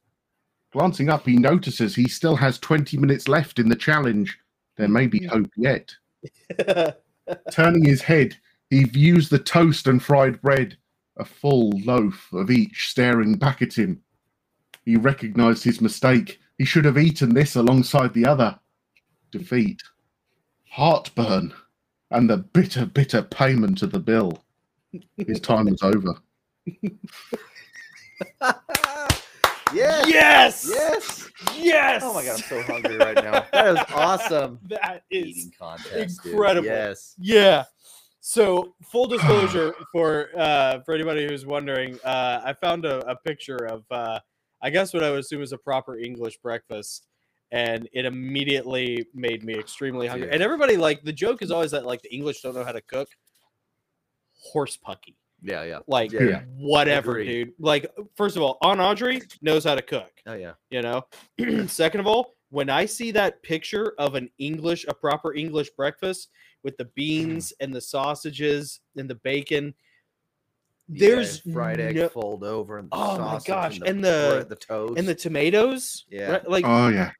S3: Glancing up, he notices he still has 20 minutes left in the challenge. There may be hope yet. Turning his head, he views the toast and fried bread, a full loaf of each staring back at him. He recognized his mistake. He should have eaten this alongside the other. Defeat, heartburn, and the bitter, bitter payment of the bill. His time was over.
S1: yes.
S2: yes.
S1: Yes.
S2: Yes.
S1: Oh my god, I'm so hungry right now. That is awesome.
S2: That is
S1: Eating contest. dude.
S2: incredible.
S1: Yes.
S2: Yeah. So full disclosure for uh, for anybody who's wondering, uh, I found a, a picture of uh, I guess what I would assume is a proper English breakfast, and it immediately made me extremely hungry.
S1: Dude.
S2: And everybody like the joke is always that like the English don't know how to cook horse pucky,
S1: Yeah, yeah.
S2: like
S1: Yeah, yeah.
S2: whatever,
S1: Agreed.
S2: dude. Like first of all, on Audrey knows how to cook
S1: Oh yeah.
S2: you know second of all when i see that picture of an english a proper english breakfast with the beans and the sausages and the bacon
S1: You got
S2: there's
S1: a uh, fried egg
S2: no-
S1: fold over and the
S2: Oh my
S1: sausage
S2: gosh, and
S1: and
S2: the-
S1: bread, the toast
S2: and the tomatoes
S1: Yeah.
S2: right? like
S3: Oh, yeah.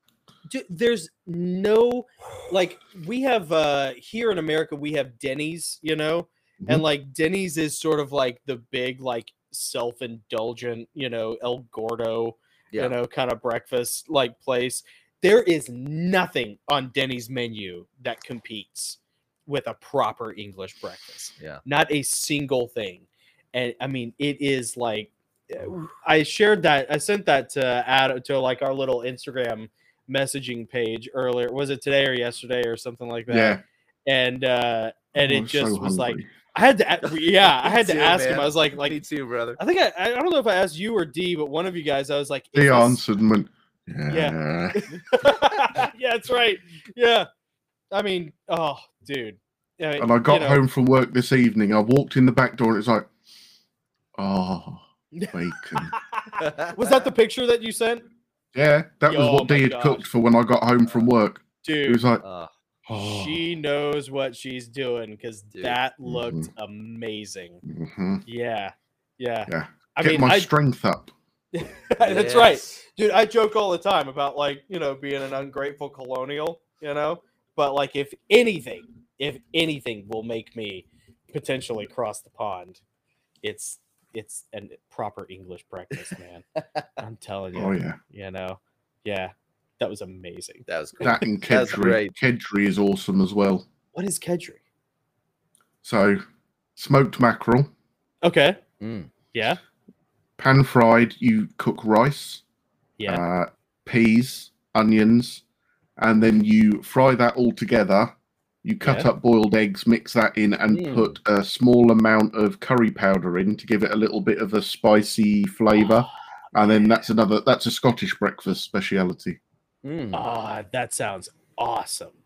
S2: du- there's no like we have uh here in america we have denny's you know and
S3: Mhm.
S2: like denny's is sort of like the big like self-indulgent you know el gordo
S1: yeah.
S2: you know, kind of breakfast like place. There is nothing on Denny's menu that competes with a proper English breakfast.
S1: Yeah.
S2: Not a single thing. And I mean, it is like eh, I shared that I sent that to add to like our little Instagram messaging page earlier. Was it today or yesterday or something like that?
S3: Yeah.
S2: And uh and
S3: Oh,
S2: it
S3: I'm so
S2: just was like
S3: hungry.
S2: I had to a- yeah, I
S1: Me
S2: had to
S1: too,
S2: ask him.
S1: man.
S2: I was like like
S1: me too, brother.
S2: I think I, I don't know if I asked you or D, but one of you guys, I was like, is
S3: He
S2: this-
S3: answered and went, yeah.
S2: yeah, that's right. Yeah. I mean, oh, dude. I mean,
S3: And I got
S2: you know,
S3: home from work this evening. I walked in the back door and it's like, oh, bacon.
S2: Was that the picture that you sent?
S3: yeah, that was
S2: Yo,
S3: what
S2: my
S3: Dee had
S2: gosh.
S3: cooked for when I got home from work. It
S2: Dude,
S3: was like,
S1: Uh,
S3: oh,
S2: she knows what she's doing because
S1: Dude.
S2: that looked
S3: Mm-hmm.
S2: amazing.
S3: mhm,
S2: Yeah. Yeah.
S3: yeah.
S2: I
S3: Get
S2: mean,
S3: my
S2: I,
S3: strength up.
S2: that's right.
S1: yes.
S2: Dude, I joke all the time about like, you know, being an ungrateful colonial, you know? But like, if anything, if anything will make me potentially cross the pond, it's it's a proper English breakfast, man. I'm telling you.
S3: Oh, yeah.
S2: You know? Yeah. That was amazing.
S1: That was cool.
S3: That and
S1: That's
S3: Kedri.
S1: great.
S3: Kedri is awesome as well.
S2: What is Kedri?
S3: So, smoked mackerel,
S2: Okay.
S1: Mm.
S2: Yeah.
S3: pan fried, you cook rice,
S2: Yeah.
S3: uh, peas, onions, and then you fry that all together. You cut
S2: Yeah. Hmm.
S3: up boiled eggs, mix that in, and
S1: Mm.
S3: put a small amount of curry powder in to give it a little bit of a spicy flavour.
S2: Uh,
S3: and then that's another that's a Scottish breakfast speciality.
S1: Mm.
S2: Ah, that sounds awesome.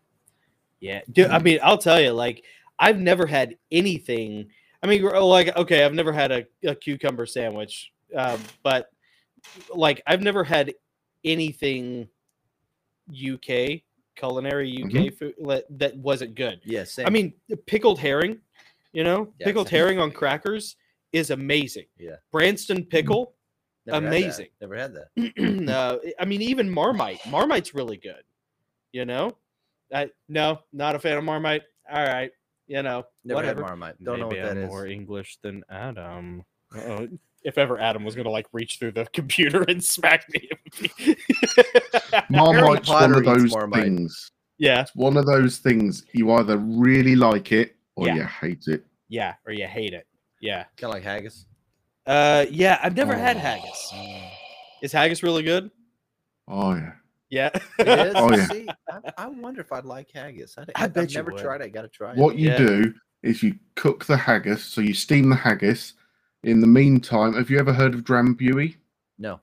S2: Yeah, dude,
S1: Mm-hmm.
S2: I mean, I'll tell you, like, I've never had anything. I mean, gr- like, okay, I've never had a, a cucumber sandwich, um, but like, I've never had anything UK culinary UK food like, that wasn't good.
S1: Yeah, Mm-hmm. same.
S2: I mean, pickled herring, you know,
S1: Yeah,
S2: pickled
S1: same.
S2: herring on crackers is amazing.
S1: Yeah.
S2: Branston pickle,
S1: Never had that.
S2: amazing.
S1: Never had that.
S2: uh, I mean, even Marmite. Marmite's really good. You know, I no, not a fan of Marmite. All right, you know,
S1: Never
S2: whatever.
S1: had Marmite. Don't know what that
S2: I'm
S1: is.
S2: more English than Adam. oh If ever Adam was gonna like reach through the computer and smack me, it would be-
S3: Marmite's one
S1: Potter
S3: of
S1: eats
S3: those
S1: Marmite.
S3: things.
S2: yeah,
S3: It's one of those things you either really like it or
S2: Yeah.
S3: you hate it.
S2: yeah, or you hate it. Yeah,
S1: Kind of like haggis.
S2: uh, yeah. I've never had
S3: Oh.
S2: haggis. Is haggis really good?
S3: Oh yeah.
S2: Yeah.
S1: It is.
S3: Oh, yeah.
S1: See, I, I wonder if I'd like haggis. I,
S2: I
S1: have
S2: bet you
S1: never
S2: would.
S1: tried it. Got to try it.
S3: What you
S2: Yeah.
S3: do is you cook the haggis, so you steam the haggis. In the meantime, have you ever heard of Drambuie?
S1: No.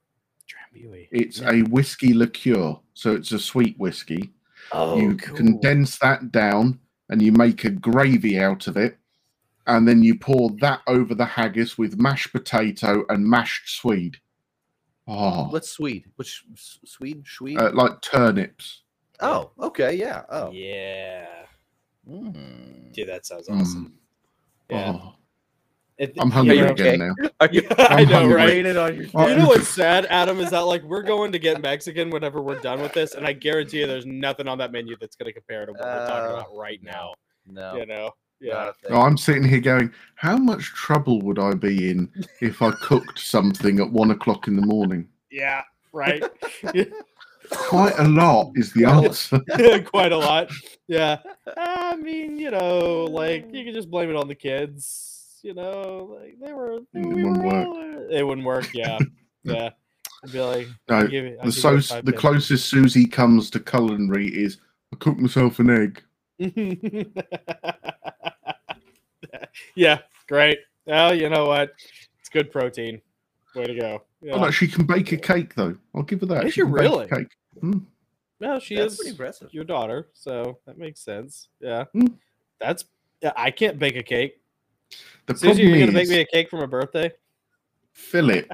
S2: Drambuie.
S3: It's a whiskey liqueur, so it's a sweet whiskey.
S1: Oh,
S3: you condense that down and you make a gravy out of it. And then you pour that over the haggis with mashed potato and mashed swede. Oh,
S1: What's Swede? What's s- Swede? Swede?
S3: uh, like turnips.
S1: oh, okay, yeah. Oh,
S2: Yeah.
S1: Mm.
S2: Dude, that sounds
S3: Mm.
S2: awesome. Yeah.
S3: Oh,
S2: It-
S3: I'm
S2: you
S3: hungry
S2: know-
S3: again now.
S1: Are you
S2: I
S3: I'm
S2: know,
S3: hungry.
S2: right?
S1: it on your?
S3: Oh,
S2: You know what's sad, Adam, is that like we're going to get Mexican whenever we're done with this, and I guarantee you there's nothing on that menu that's going to compare to what we're talking
S1: Uh,
S2: about right now.
S1: No. Uh,
S2: You know?
S1: not
S2: Yeah.
S1: a thing.
S3: Oh, I'm sitting here going, how much trouble would I be in if I cooked something at one o'clock in the morning?
S2: Yeah. Right.
S3: Quite a lot is the
S1: Well,
S3: answer.
S2: Quite a lot. Yeah. I mean, you know, like you can just blame it on the kids. You know, like they were. They,
S3: It
S2: we
S3: wouldn't
S2: were
S3: work.
S2: all- It wouldn't work. Yeah. yeah. I'd be like,
S3: No,
S2: give it- I'd give it
S3: the,
S2: a
S3: so-
S2: five
S3: the
S2: ten.
S3: closest Susie comes to culinary is I cook myself an egg.
S2: yeah, great. Well, you know what? It's good protein. Way to go.
S3: Oh,
S2: Yeah.
S3: no, she can bake a cake, though. I'll give her that.
S2: Is
S3: She
S2: she
S3: can bake a
S2: really?
S3: Cake. Mm.
S2: Well, she
S1: That's
S2: is
S1: pretty impressive.
S2: your daughter, so that makes sense. Yeah.
S3: Mm.
S2: That's yeah, I can't bake a cake.
S3: The
S2: Susie, you're gonna
S3: problem
S2: bake
S3: is,
S2: me a cake for my birthday?
S3: Philip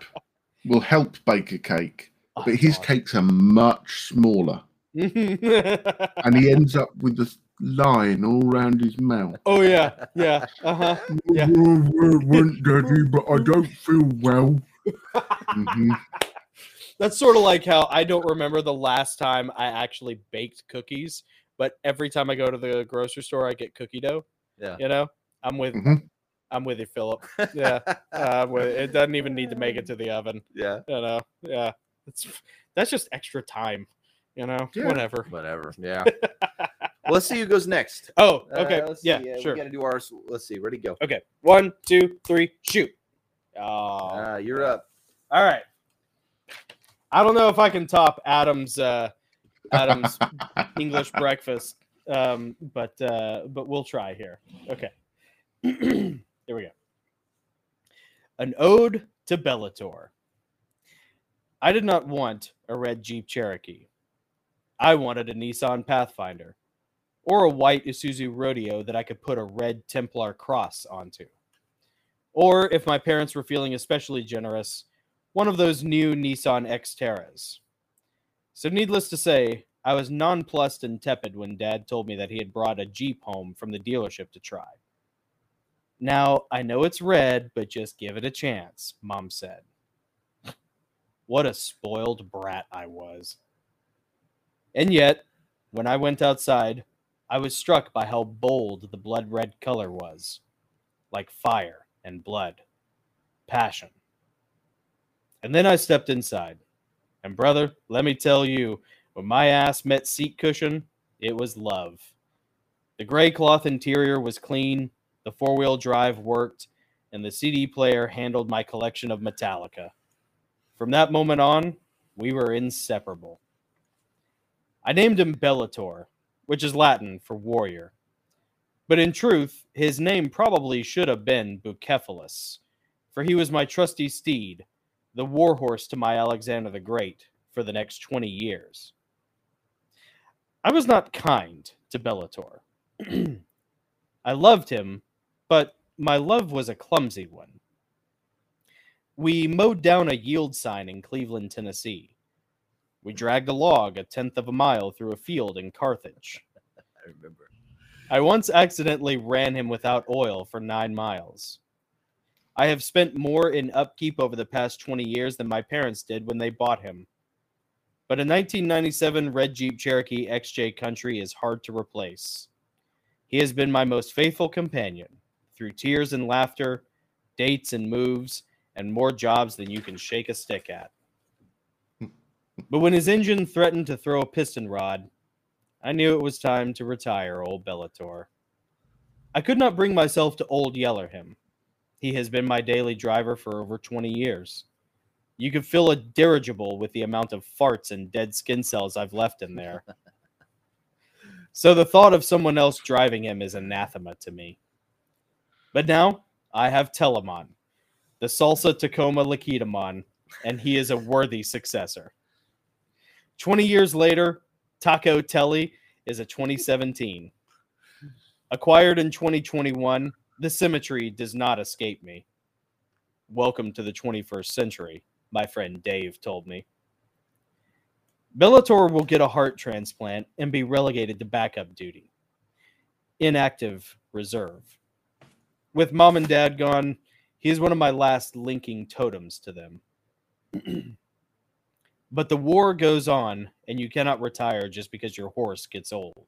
S3: will help bake a cake,
S2: Oh,
S3: but his
S2: God.
S3: cakes are much smaller,
S2: Oh,
S3: and he ends up with this line all round his mouth.
S2: oh yeah, yeah. Uh-huh. Yeah.
S3: went daddy, but I don't feel well. Mhm.
S2: That's sort of like how I don't remember the last time I actually baked cookies, but every time I go to the grocery store, I get cookie dough.
S1: Yeah.
S2: You know, I'm with,
S3: Mhm.
S2: I'm with you, Philip. Yeah. Uh, with, it doesn't even need to make it to the oven.
S1: yeah.
S2: You know, yeah. It's that's just extra time. You know,
S3: Yeah.
S2: whatever.
S1: Whatever. Yeah. well, let's see who goes next.
S2: Oh,
S1: Uh,
S2: okay.
S1: let's
S2: yeah,
S1: see, uh,
S2: sure.
S1: We got to do ours. Let's see. Ready? Go.
S2: Okay. One, two, three, shoot. Oh,
S1: Uh, you're up.
S2: All right. I don't know if I can top Adam's uh Adam's English breakfast. Um but uh but we'll try here. Okay. here we go. An ode to Bellator. I did not want a red Jeep Cherokee. I wanted a Nissan Pathfinder or a white Isuzu Rodeo that I could put a red Templar cross onto. Or if my parents were feeling especially generous, one of those new Nissan X Terras. So, needless to say, I was nonplussed and tepid when Dad told me that he had brought a Jeep home from the dealership to try. Now, I know it's red, but just give it a chance, Mom said. What a spoiled brat I was. And yet, when I went outside, I was struck by how bold the blood red color was like fire and blood, passion. And then I stepped inside. And brother, let me tell you, when my ass met seat cushion, it was love. The gray cloth interior was clean, the four wheel drive worked, and the CD player handled my collection of Metallica. From that moment on, we were inseparable. I named him Bellator, which is Latin for warrior. But in truth, his name probably should have been Bucephalus, for he was my trusty steed, the warhorse to my Alexander the Great for the next 20 years. I was not kind to Bellator. I loved him, but my love was a clumsy one. We mowed down a yield sign in Cleveland, Tennessee. We dragged a log a tenth of a mile through a field in Carthage.
S1: I remember.
S2: I once accidentally ran him without oil for nine miles. I have spent more in upkeep over the past 20 years than my parents did when they bought him. But a 1997 Red Jeep Cherokee XJ Country is hard to replace. He has been my most faithful companion through tears and laughter, dates and moves, and more jobs than you can shake a stick at. but when his engine threatened to throw a piston rod, I knew it was time to retire old Bellator. I could not bring myself to old yeller him. He has been my daily driver for over 20 years. You could fill a dirigible with the amount of farts and dead skin cells I've left in there. so the thought of someone else driving him is anathema to me. But now I have Telemon, the Salsa Tacoma Lakitamon, and he is a worthy successor. 20 years later, Taco Telly is a 2017. Acquired in 2021, the symmetry does not escape me. Welcome to the 21st century, my friend Dave told me. Bellator will get a heart transplant and be relegated to backup duty, inactive reserve. With mom and dad gone, he is one of my last linking totems to them. But the war goes on, and you cannot retire just because your horse gets old.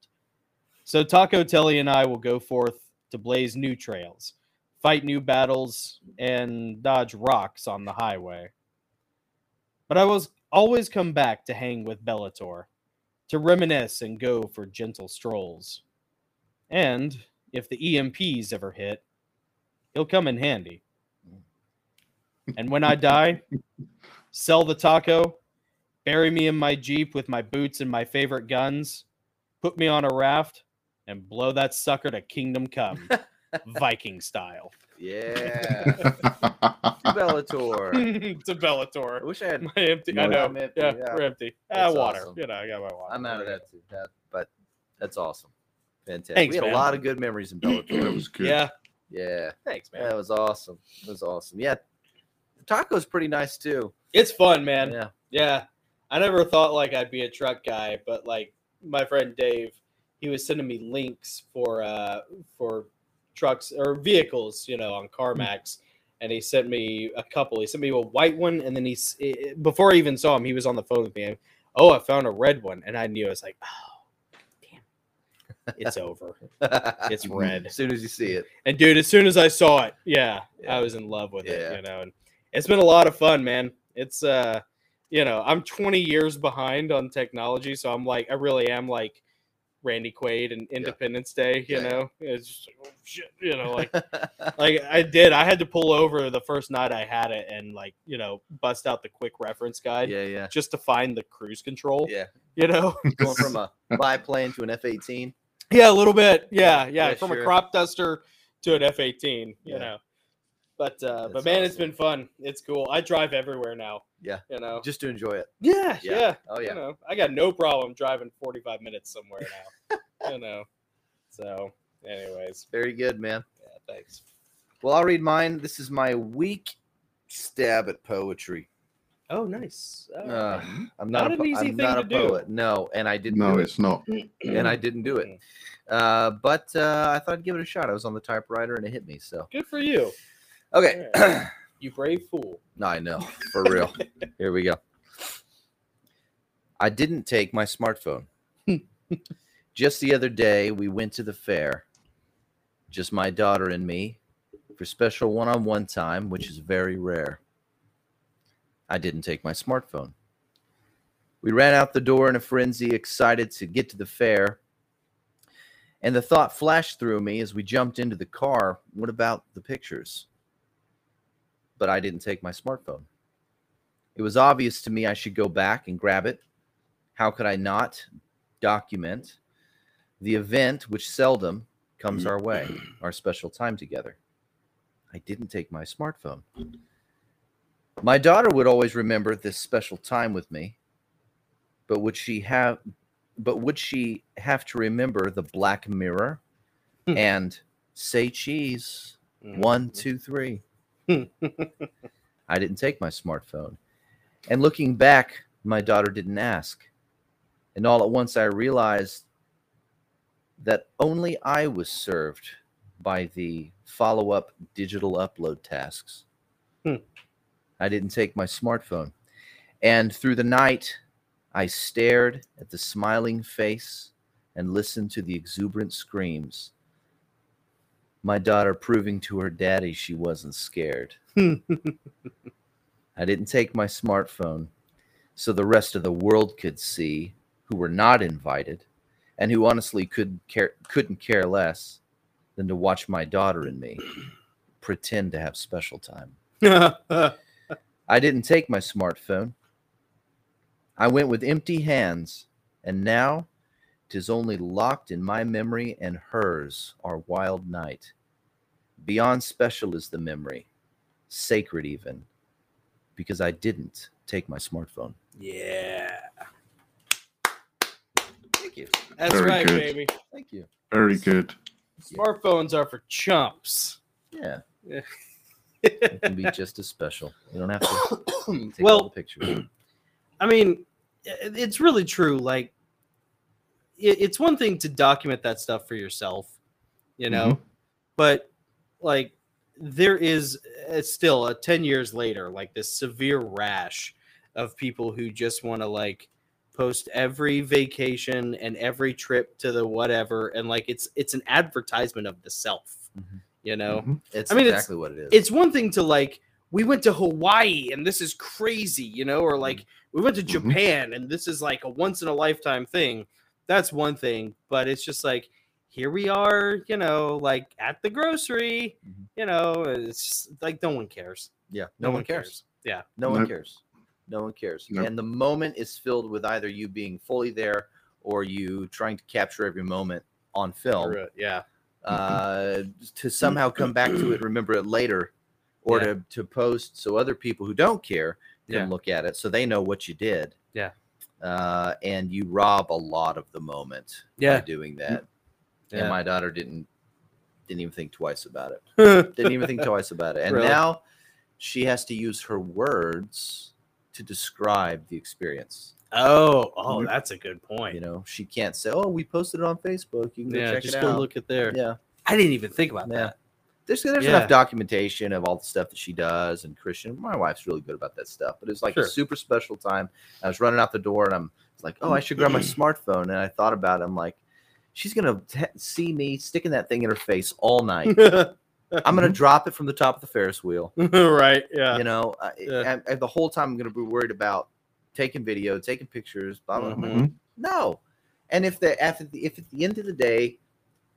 S2: So Taco Telly and I will go forth to blaze new trails, fight new battles, and dodge rocks on the highway. But I will always come back to hang with Bellator, to reminisce and go for gentle strolls. And if the EMPs ever hit, he'll come in handy. And when I die, sell the taco bury me in my jeep with my boots and my favorite guns, put me on a raft, and blow that sucker to kingdom come, Viking style.
S1: Yeah.
S3: Oh,
S1: Bellator.
S2: to
S1: I
S2: Bellator.
S1: wish I had.
S2: My empty.
S1: No,
S2: I know.
S1: I'm empty,
S2: yeah,
S1: yeah.
S2: we're empty. Ah,
S1: That's
S2: water.
S1: awesome.
S2: You know, I got my water.
S1: I'm out of that too. That, but that's awesome. Fantastic.
S2: Thanks,
S1: we had
S2: man.
S1: a lot of good memories in
S3: That
S1: Bellator.
S3: was good.
S2: Yeah.
S1: yeah.
S2: Thanks, man.
S1: That was awesome. That was awesome. Yeah. The taco's pretty nice too.
S2: It's fun, man.
S1: yeah.
S2: Yeah. I never thought like I'd be a truck guy, but like my friend Dave, he was sending me links for uh for trucks or vehicles, you know, on CarMax, and he sent me a couple. He sent me a white one, and then he s- i- i- before I even saw him, he was on the phone with me. Oh, I found a red one, and I knew I was like, oh, damn, it's over. It's red.
S1: as soon as you see it.
S2: And dude, as soon as I saw it, yeah,
S1: Yeah.
S2: I was in love with
S1: Yeah.
S2: it, you know. And it's been a lot of fun, man. It's uh, you know, I'm 20 years behind on technology, so I'm like I really am like Randy Quaid and Independence Day, you
S1: Yeah, yeah.
S2: know. It's just like, oh, shit, you know, like like I did. I had to pull over the first night I had it and like, you know, bust out the quick reference guide
S1: yeah, yeah.
S2: just to find the cruise control,
S1: Yeah.
S2: you know.
S1: Going from a biplane to an F eighteen.
S2: Yeah, a little bit. Yeah, yeah.
S1: yeah,
S2: From
S1: sure.
S2: a crop duster to an F eighteen, you
S1: Yeah.
S2: know. But uh,
S1: That's
S2: but man, it's
S1: awesome.
S2: been fun. It's cool. I drive everywhere now.
S1: Yeah.
S2: you know.
S1: Just to enjoy it.
S2: yeah,
S1: yeah.
S2: Oh. yeah,
S1: Oh
S2: You
S1: yeah.
S2: know, I got no problem driving forty five minutes somewhere now. you know. So, anyways,
S1: Very good, man.
S2: yeah, thanks.
S1: Well, I'll read mine. This is my weak stab at poetry.
S2: Oh, nice.
S1: Uh, I'm
S2: Not
S1: not, a
S2: an
S1: po-
S2: easy
S1: I'm
S2: thing
S1: not
S2: to
S1: a
S2: do.
S1: poet. No, and I didn't
S3: No,
S1: do it.
S3: it's not.
S1: And I didn't do it. Uh, but uh, I thought I'd give it a shot. I was on the typewriter and it hit me. So
S2: Good for you,
S1: okay.
S2: you brave fool.
S1: No, I know. For real. Here we go. I didn't take my smartphone. Just the other day, we went to the fair. Just my daughter and me for special one on one time, which is very rare. I didn't take my smartphone. We ran out the door in a frenzy, excited to get to the fair. And the thought flashed through me as we jumped into the car what about the pictures? but I didn't take my smartphone. It was obvious to me I should go back and grab it. How could I not document the event which seldom comes our way, our special time together? I didn't take my smartphone. My daughter would always remember this special time with me, but would she have but would she have to remember the black mirror and say cheese?
S2: Mm-hmm.
S1: One, two, three. I didn't take my smartphone. And looking back, my daughter didn't ask. And all at once, I realized that only I was served by the follow up digital upload tasks.
S2: Hmm.
S1: I didn't take my smartphone. And through the night, I stared at the smiling face and listened to the exuberant screams. My daughter proving to her daddy she wasn't scared. I didn't take my smartphone so the rest of the world could see who were not invited and who honestly could care, couldn't care less than to watch my daughter and me pretend to have special time. I didn't take my smartphone. I went with empty hands, and now 'tis only locked in my memory and hers our wild night. Beyond special is the memory, sacred even, because I didn't take my smartphone.
S2: yeah.
S1: Thank you.
S2: That's
S3: Very
S2: right,
S3: good.
S2: baby.
S1: Thank you.
S3: Very good.
S2: Smartphones are for chumps.
S1: Yeah.
S2: Yeah.
S1: it can be just as special. You don't have to take all the
S2: well,
S1: pictures.
S2: I mean, i- it's really true. Like, it, it's one thing to document that stuff for yourself, you know, but like, there is uh, still a 10 years later, like this severe rash of people who just want to like post every vacation and every trip to the whatever. And like, it's, it's an advertisement of the self,
S1: Mhm.
S2: you know?
S3: Mhm.
S1: It's
S2: I mean, it's-
S1: exactly what it is.
S2: it's one thing to like we went to Hawaii and this is crazy, you know, or like we went to
S3: Mhm.
S1: Mm-hmm.
S2: Japan and this is like a once in a lifetime thing. That's one thing, but it's just like here we are, you know, like at the grocery,
S1: Mhm.
S2: you know, it's just, like no one cares.
S1: yeah.
S2: No, one cares. Yeah.
S1: No one
S3: Nope.
S1: cares. No one cares.
S3: Nope.
S1: And the moment is filled with either you being fully there or you trying to capture every moment on film
S2: Screw it, Yeah.
S1: uh,
S3: Mm-hmm.
S1: to somehow come back to it, remember it later, or
S2: Yeah.
S1: to, to post so other people who don't care can
S2: Yeah.
S1: look at it so they know what you did.
S2: Yeah.
S1: Uh, and you rob a lot of the moment
S2: Yeah. Mm,
S1: by doing that.
S2: Yeah.
S1: And my daughter didn't didn't even think twice about it
S2: yeah.
S1: didn't even think twice about it. And
S2: Really?
S1: now she has to use her words to describe the experience.
S2: Oh, oh,
S3: Nope.
S2: that's a good point.
S1: You know, she can't say, "Oh, we posted it on Facebook. You can go
S2: yeah,
S1: check
S2: just
S1: it
S2: go
S1: out."
S2: look at there.
S1: yeah,
S2: I didn't even think about
S1: yeah.
S2: that.
S1: There's there's
S2: Yeah.
S1: enough documentation of all the stuff that she does and Christian. My wife's really good about that stuff, but it was like
S2: Sure.
S1: a super special time. I was running out the door and I'm it's like, "Oh, I should grab my smartphone." And I thought about it. I'm like, "She's gonna t- see me sticking that thing in her face all night. I'm gonna drop it from the top of the Ferris wheel."
S2: right. Yeah.
S1: you know I,
S2: Yeah.
S1: I- I- the whole time i'm going to be worried about taking video taking pictures blah, blah,
S2: Mm-hmm.
S1: blah.
S2: Mm.
S3: Mhm.
S1: no and if the if at the, if at the end of the day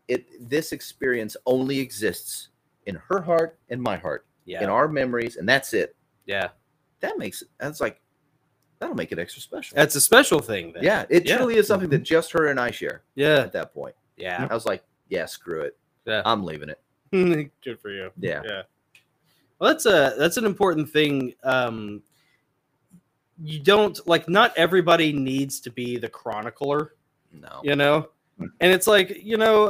S1: it this experience only exists in her heart and my heart
S2: Yeah.
S1: in our memories and that's it
S2: yeah.
S1: that makes it that's like that'll make it extra special
S2: That's a special thing then.
S1: yeah it
S2: Yeah.
S1: truly is something that just her and i share
S2: Yeah.
S1: at that point
S2: Yeah.
S1: i was like yeah screw it
S2: Yeah.
S1: i'm leaving it
S2: Good for you.
S1: yeah
S2: Well, that's a that's an important thing. Um, you don't like not everybody needs to be the chronicler,
S1: no
S2: you know. And it's like you know,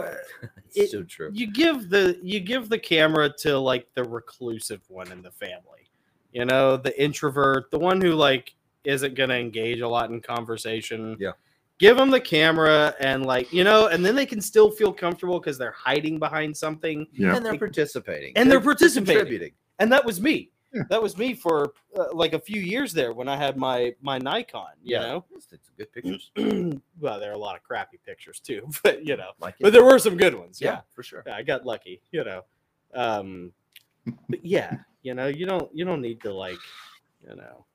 S1: it's
S2: it-
S1: so true
S2: you give the you give the camera to like the reclusive one in the family, you know, the introvert, the one who like isn't gonna engage a lot in conversation.
S1: Yeah.
S2: Give them the camera and like you know, and then they can still feel comfortable because they're hiding behind something.
S3: Yeah.
S1: and they're participating
S2: And they're participating.
S1: contributing.
S2: and that was me.
S1: Hmm.
S3: Yeah.
S2: That was me for uh, like a few years there when I had my my Nikon. You
S1: it's, it's good pictures.
S2: know, well, there are a lot of crappy pictures too, but you know,
S1: Like,
S2: but
S1: it.
S2: there were some good ones. Yeah,
S1: for sure.
S2: yeah I got lucky. You know, um, but yeah, you know, you don't you don't need to like, you know,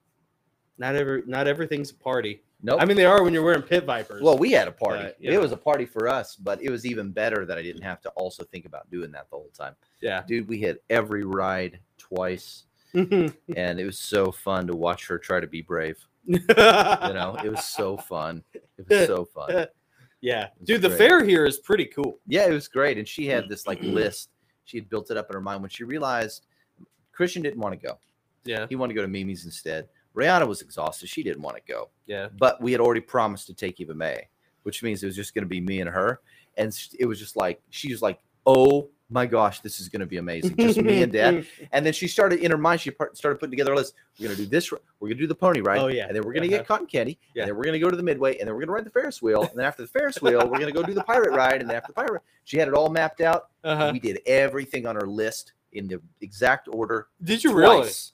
S2: not every not everything's a party.
S1: No,
S2: I mean, they are when you're wearing pit vipers.
S1: well, we had a party.
S2: But, you
S1: It
S2: know.
S1: was a party for us, but it was even better that I didn't have to also think about doing that the whole time.
S2: yeah,
S1: Dude, we hit every ride twice,
S2: you
S1: and it was so fun to watch her try to be brave. You know,
S2: know,
S1: it was so fun. It was so fun.
S2: yeah,
S1: was
S2: dude, the
S1: great.
S2: fair here is pretty cool.
S1: Yeah, it was great. And she had this like list. She had built it up in her mind when she realized Christian didn't want to go.
S2: Yeah,
S1: He wanted to go to Mimi's instead. Rihanna was exhausted. She didn't want to go.
S2: yeah,
S1: but we had already promised to take Eva May. which means it was just going to be me and her. And sh- it was just like, she was like, oh my gosh, this is going to be amazing. Just me and dad. And then she started, in her mind, she part, started putting together a list. We're going to do this. r- We're going to do the pony ride.
S2: Oh, yeah.
S1: And then we're going to
S2: Uh-huh.
S1: get cotton candy.
S2: Yeah.
S1: And then we're going to go to the midway. And then we're going to ride the Ferris wheel. And then after the Ferris wheel, we're going to go do the pirate ride. And then after the pirate, she had it all mapped out.
S2: Uh-huh.
S1: We did everything on her list in the exact order.
S2: Did you realize?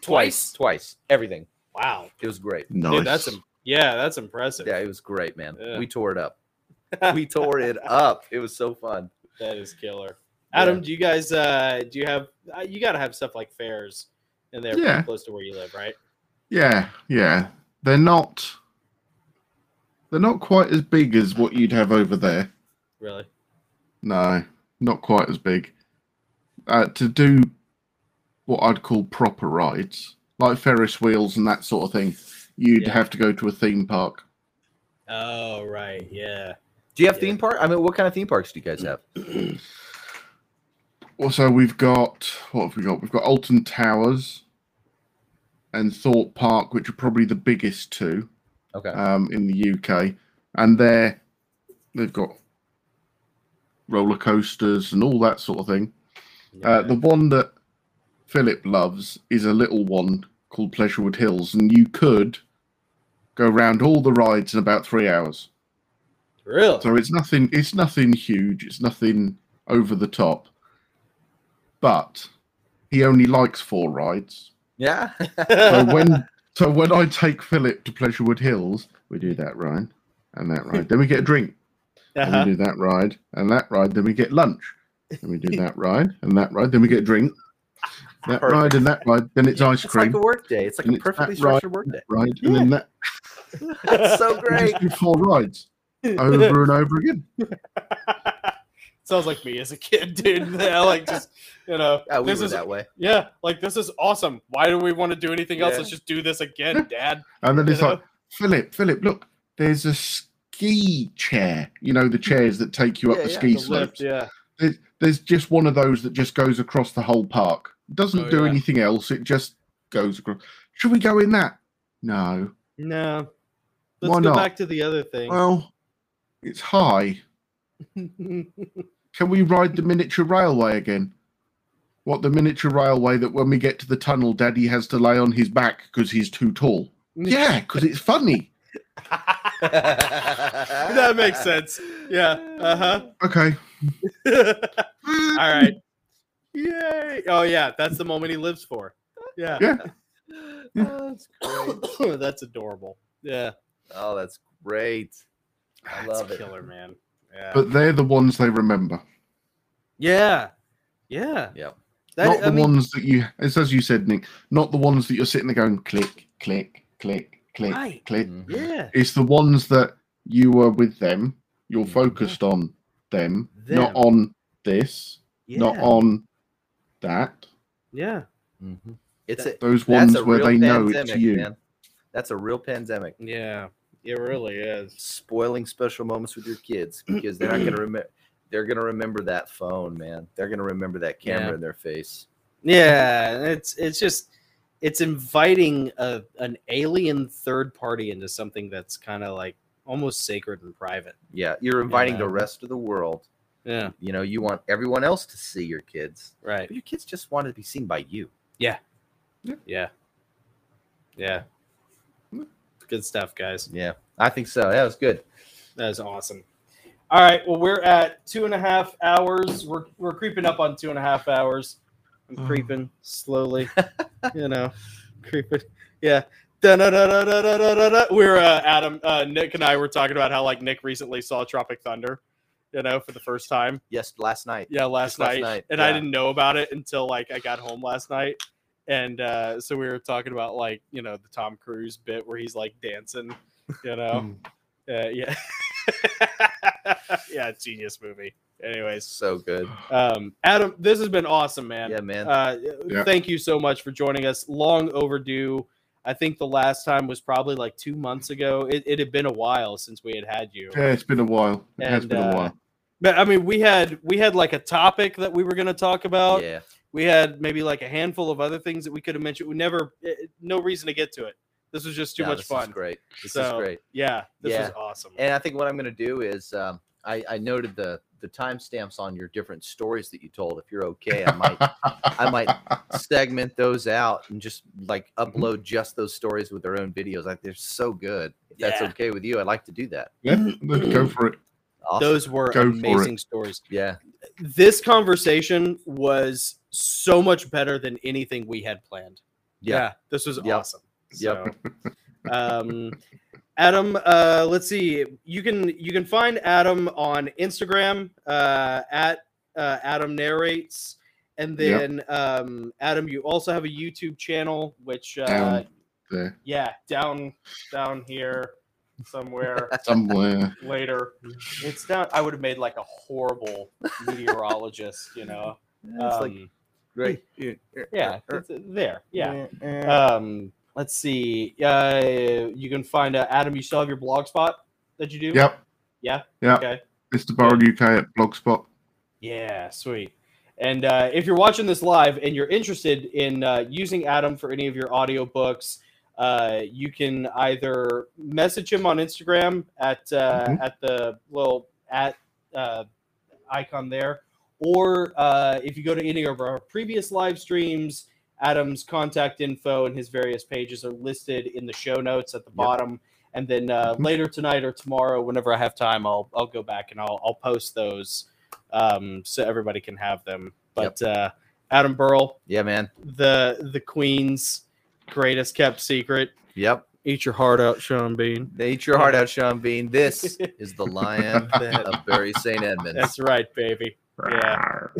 S1: twice. Twice. Twice. Everything.
S2: Wow.
S1: It was great.
S3: Nice.
S2: Dude, that's im- yeah, that's impressive.
S1: Yeah, it was great, man.
S2: Yeah.
S1: We tore it up. We tore it up. It was so fun.
S2: That is killer.
S1: Yeah.
S2: Adam, do you guys uh do you have uh, you got to have stuff like fairs in there pretty
S3: Yeah.
S2: close to where you live, right?
S3: Yeah, yeah. They're not. They're not quite as big as what you'd have over there.
S2: Really?
S3: No, not quite as big. Uh, to do what I'd call proper rides, like Ferris wheels and that sort of thing, you'd
S2: Yeah.
S3: have to go to a theme park.
S2: Oh, right. Yeah.
S1: Do you have
S2: Yeah.
S1: theme park? I mean, what kind of theme parks do you guys
S3: Mm.
S1: have?
S3: Also, we've got what have we got? We've got Alton Towers and Thorpe Park, which are probably the biggest two.
S1: Okay.
S3: um, in the UK, and they're they've got roller coasters and all that sort of thing. Uh, the one that Philip loves is a little one called Pleasurewood Hills, and you could go round all the rides in about three hours.
S2: Really?
S3: So it's nothing. It's nothing huge. It's nothing over the top. But he only likes four rides.
S1: yeah.
S3: So when so when I take Philip to Pleasurewood Hills, we do that ride and that ride. Then we get a drink. Then
S2: Uh-huh.
S3: we do that ride and that ride. Then we get lunch. Then we do that ride and that ride. Then we get a drink. That
S1: Perfect.
S3: ride and that ride. Then it's ice
S1: It's like
S3: cream. Mm,
S1: a work day. It's like
S3: And
S1: a
S3: it's that
S1: perfectly
S3: ride.
S1: structured work day.
S3: Ride and then that.
S1: That's so
S3: we
S1: great.
S3: Just do four rides over and over again.
S2: Sounds like me as a kid, dude. Yeah, like just you know,
S1: Yeah, Oh, we
S2: this
S1: were
S2: is
S1: that way.
S2: yeah, like this is awesome. Why do we want to do anything else?
S1: Yeah.
S2: Let's just do this again, Dad.
S3: And then
S2: You
S3: it's
S2: know?
S3: like,
S1: Uh-huh.
S3: Philip, Philip, look, there's a ski chair. You know the chairs that take you up
S1: Yeah,
S3: the
S1: yeah,
S3: ski
S2: The lift,
S3: slopes.
S2: yeah.
S3: There's, there's just one of those that just goes across the whole park. Doesn't
S2: Oh,
S3: do
S2: yeah.
S3: anything else. It just goes across. Should we go in that? No.
S2: No. Let's
S3: Why
S2: go
S3: not?
S2: back to the other thing.
S3: Well, it's high. Can we ride the miniature railway again? What the miniature railway that when we get to the tunnel, Daddy has to lay on his back because he's too tall. Yeah, because it's funny.
S1: that
S2: that makes sense. Yeah. Uh-huh.
S3: Okay.
S2: All right. Yay. Oh yeah, that's the moment he lives for. Yeah. Oh,
S3: Yeah.
S1: That's great.
S2: that's adorable. Yeah.
S1: Oh, that's great. I
S2: That's
S1: love it.
S2: killer, man. Yeah.
S3: But they're the ones they remember,
S2: yeah. Yeah.
S1: Yep.
S2: That,
S3: not the
S2: I mean,
S3: ones that you. It's as you said, Nick. Not the ones that you're sitting there going click, click, click, click,
S2: Right.
S3: click.
S1: Mhm.
S2: Yeah.
S3: It's the ones that you were with them. You're
S1: Mhm.
S3: focused on them,
S1: Them.
S3: not on this,
S2: Yeah.
S3: not on that.
S2: yeah.
S1: Mhm. It's a,
S3: Those
S1: that's
S3: ones
S1: a
S3: where
S1: real
S3: they know
S1: pandemic,
S3: it's you.
S1: man. That's a real pandemic.
S2: Yeah. It really is.
S1: Spoiling special moments with your kids because they're not going to remember. They're going to remember that phone, man. They're going to remember that camera
S2: Yeah.
S1: in their face.
S2: Yeah. It's it's just it's inviting a, an alien third party into something that's kind of like almost sacred and private.
S1: Yeah, you're inviting the
S2: man.
S1: rest of the world.
S2: Yeah.
S1: You know, you want everyone else to see your kids,
S2: Right.
S1: but your kids just want to be seen by you.
S2: Yeah. Yeah. Good stuff, guys.
S1: Yeah, I think so. That was good.
S2: That is awesome. All right. Well, we're at two and a half hours. We're, we're creeping up on two and a half hours. I'm
S3: Oh.
S2: creeping slowly, you know, creeping. Yeah. Da-da-da-da-da-da-da-da. We're uh, Adam, uh, Nick, and I were talking about how like Nick recently saw Tropic Thunder, you know, for the first time.
S1: Yes, last night.
S2: Yeah, last
S1: Just last
S2: night.
S1: night,
S2: And I
S1: yeah.
S2: didn't know about it until like I got home last night. And uh, so we were talking about like, you know, the Tom Cruise bit where he's like dancing, you know.
S3: Mm.
S2: uh, yeah. yeah, genius movie.
S1: It's
S2: Anyways,
S1: so good.
S2: um Adam, this has been awesome, man.
S1: Yeah, man.
S2: Uh,
S3: Yeah.
S2: thank you so much for joining us. Long overdue. I think the last time was probably like 2 months ago. It, it had been a while since we had had you.
S3: Yeah, it's been a while. It has
S2: And,
S3: been a
S2: uh,
S3: while.
S2: But I mean, we had we had like a topic that we were going to talk about.
S1: yeah,
S2: we had maybe like a handful of other things that we could have mentioned. We never, eh, eh, no reason to get to it. This was just too
S1: No,
S2: much
S1: this
S2: fun.
S1: Is great. This
S2: So,
S1: is great.
S2: Yeah, this
S1: Yeah.
S2: was awesome.
S1: And I think what I'm going to do is um, I, I noted the the timestamps on your different stories that you told. If you're okay, I might
S3: I
S1: might- segment those out and just like
S2: Mm-hmm.
S1: upload just those stories with their own videos. Like they're so good. If that's
S2: Yeah.
S1: okay with you, I'd like to do that.
S3: yeah, go for it.
S1: Awesome.
S2: Those were
S3: Go for it.
S2: amazing stories.
S1: yeah.
S2: This conversation was so much better than anything we had planned.
S1: Yeah.
S2: this was
S1: Yep.
S2: awesome.
S1: Yep.
S2: So, um, Adam, uh, let's see. You can you can find Adam on Instagram uh, at uh, Adam narrates, and
S3: Yep.
S2: then um, Adam, you also have a YouTube channel, which uh,
S3: Down there
S2: yeah, down down here somewhere
S3: somewhere.
S2: later. It's down. I would have made like a horrible meteorologist, you know.
S1: It's like
S2: Um,
S1: great.
S2: yeah, it's, uh, there. Yeah. Um, let's see. Uh, you can find uh, Adam. You still have your blog spot that you do.
S3: Yep.
S2: Yeah?
S3: Yeah.
S2: Okay.
S3: Mr. Barrel UK at Blogspot.
S2: Yeah, sweet. And uh, if you're watching this live and you're interested in uh, using Adam for any of your audiobooks, uh, you can either message him on Instagram at uh,
S3: Mhm.
S2: at the little at uh, icon there, or uh, if you go to any of our previous live streams, Adam's contact info and his various pages are listed in the show notes at the bottom. And then uh,
S3: Mhm.
S2: later tonight or tomorrow, whenever I have time, I'll I'll go back and I'll I'll post those um, so everybody can have them. But uh, Adam Burl,
S1: Yeah, man.
S2: the the Queen's greatest kept secret.
S1: Yep.
S2: Eat your heart out, Sean Bean.
S1: Eat your heart out, Sean Bean. This is the lion of Barry St. Edmunds.
S2: That's right, baby. Yeah.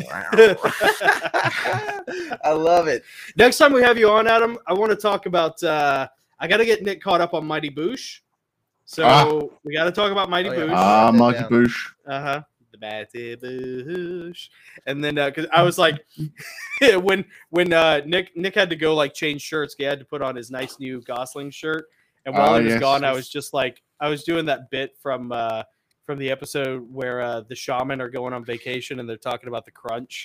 S1: I love it.
S2: Next time we have you on, Adam, I want to talk about. Uh, I got to get Nick caught up on Mighty Boosh. So
S3: Ah.
S2: we got to talk about Mighty
S1: Oh, yeah.
S2: Boosh.
S1: Ah.
S3: Ah,
S1: Shut that
S3: Mighty
S1: down.
S3: Boosh.
S2: Uh huh. The Mighty Boosh, and then because I was like, when when uh, Nick Nick had to go like change shirts, he had to put on his nice new Gosling shirt, and while
S3: Ah,
S2: he was
S3: yes,
S2: gone, I
S3: yes.
S2: was just like, I was doing that bit from uh, from the episode where uh, the shaman are going on vacation and they're talking about the crunch,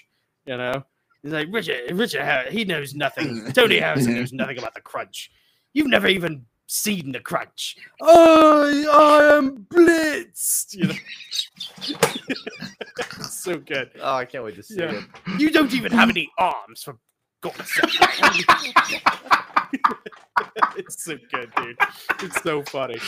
S2: you know. He's like Richard. Richard, Har- he knows nothing. Tony Harrison knows nothing about the crunch. You've never even seen the crunch. Oh, I am blitzed. You know? It's so good.
S1: Oh, I can't wait to see
S2: Yeah.
S1: it.
S2: You don't even have any arms for God's sake. it's so good, dude. It's so funny.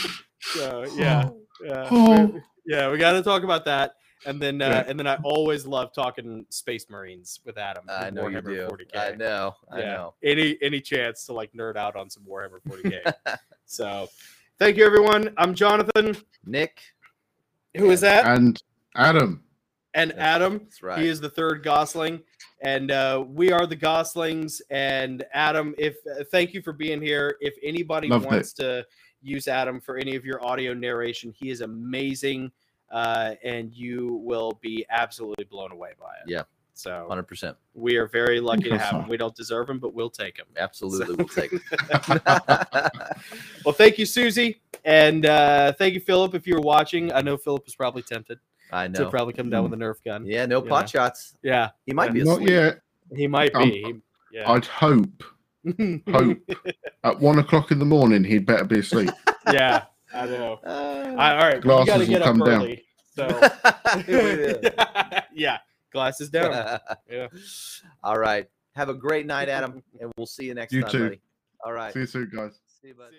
S2: So yeah, yeah,
S3: Oh.
S2: we- yeah. We got to talk about that, and then uh,
S3: Yeah.
S2: and then I always love talking Space Marines with Adam.
S1: I
S2: and
S1: know you do.
S2: Warhammer 40K.
S1: I know. I
S2: Yeah.
S1: know.
S2: Any any chance to like nerd out on some Warhammer 40k. so, thank you everyone. I'm Jonathan.
S1: Nick.
S2: Who is that?
S3: And Adam.
S2: and Adam.
S1: That's right.
S2: He is the third Gosling, and uh, we are the Goslings. And Adam, if uh, thank you for being here. If anybody
S3: Loved
S2: wants to use Adam for any of your audio narration, he is amazing, uh, and you will be absolutely blown away by it.
S1: Yeah.
S2: So
S1: 100%.
S2: we are very lucky to have him.
S3: Awesome.
S2: We don't deserve him, but we'll take him.
S1: Absolutely. We'll take it.
S2: Well, thank you, Susie, and uh, thank you, Philip. If you were watching, I know Philip was probably tempted
S1: I
S2: to
S1: know.
S2: probably come down with a Nerf gun.
S1: Yeah, no
S2: you
S1: pot
S2: know.
S1: shots.
S2: Yeah,
S1: He might be
S3: Not
S1: asleep.
S3: yet.
S2: he might be.
S3: Um,
S2: He- yeah.
S3: I'd hope hope at one o'clock in the morning he'd better be asleep.
S2: yeah, I know.
S1: Uh,
S2: I, all right,
S3: Glasses
S2: you got to
S3: will
S2: get up
S3: come down.
S2: early.
S1: Yeah.
S2: So yeah, glasses down. Yeah.
S1: All right. Have a great night, Adam, and we'll see you next
S3: You
S1: time,
S3: too.
S1: buddy. All right.
S3: See you soon, guys.
S1: See you, bud.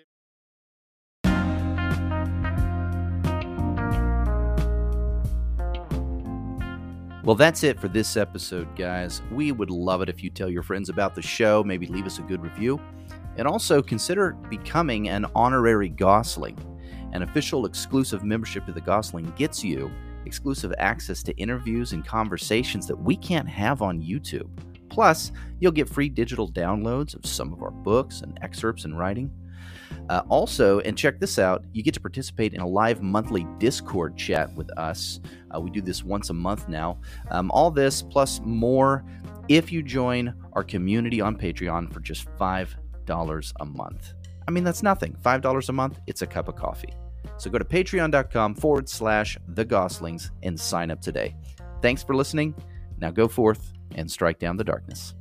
S1: Well, that's it for this episode, guys. We would love it if you tell your friends about the show, maybe leave us a good review, and also consider becoming an honorary Gosling. An official exclusive membership to the Gosling gets you exclusive access to interviews and conversations that we can't have on YouTube. Plus, you'll get free digital downloads of some of our books and excerpts and writing. Uh, also, and check this out, you get to participate in a live monthly Discord chat with us. Uh, we do this once a month now. Um, all this plus more if you join our community on Patreon for just $5 a month. I mean, that's nothing. $5 a month, it's a cup of coffee. So go to patreon.com forward slash the Goslings and sign up today. Thanks for listening. Now go forth and strike down the darkness.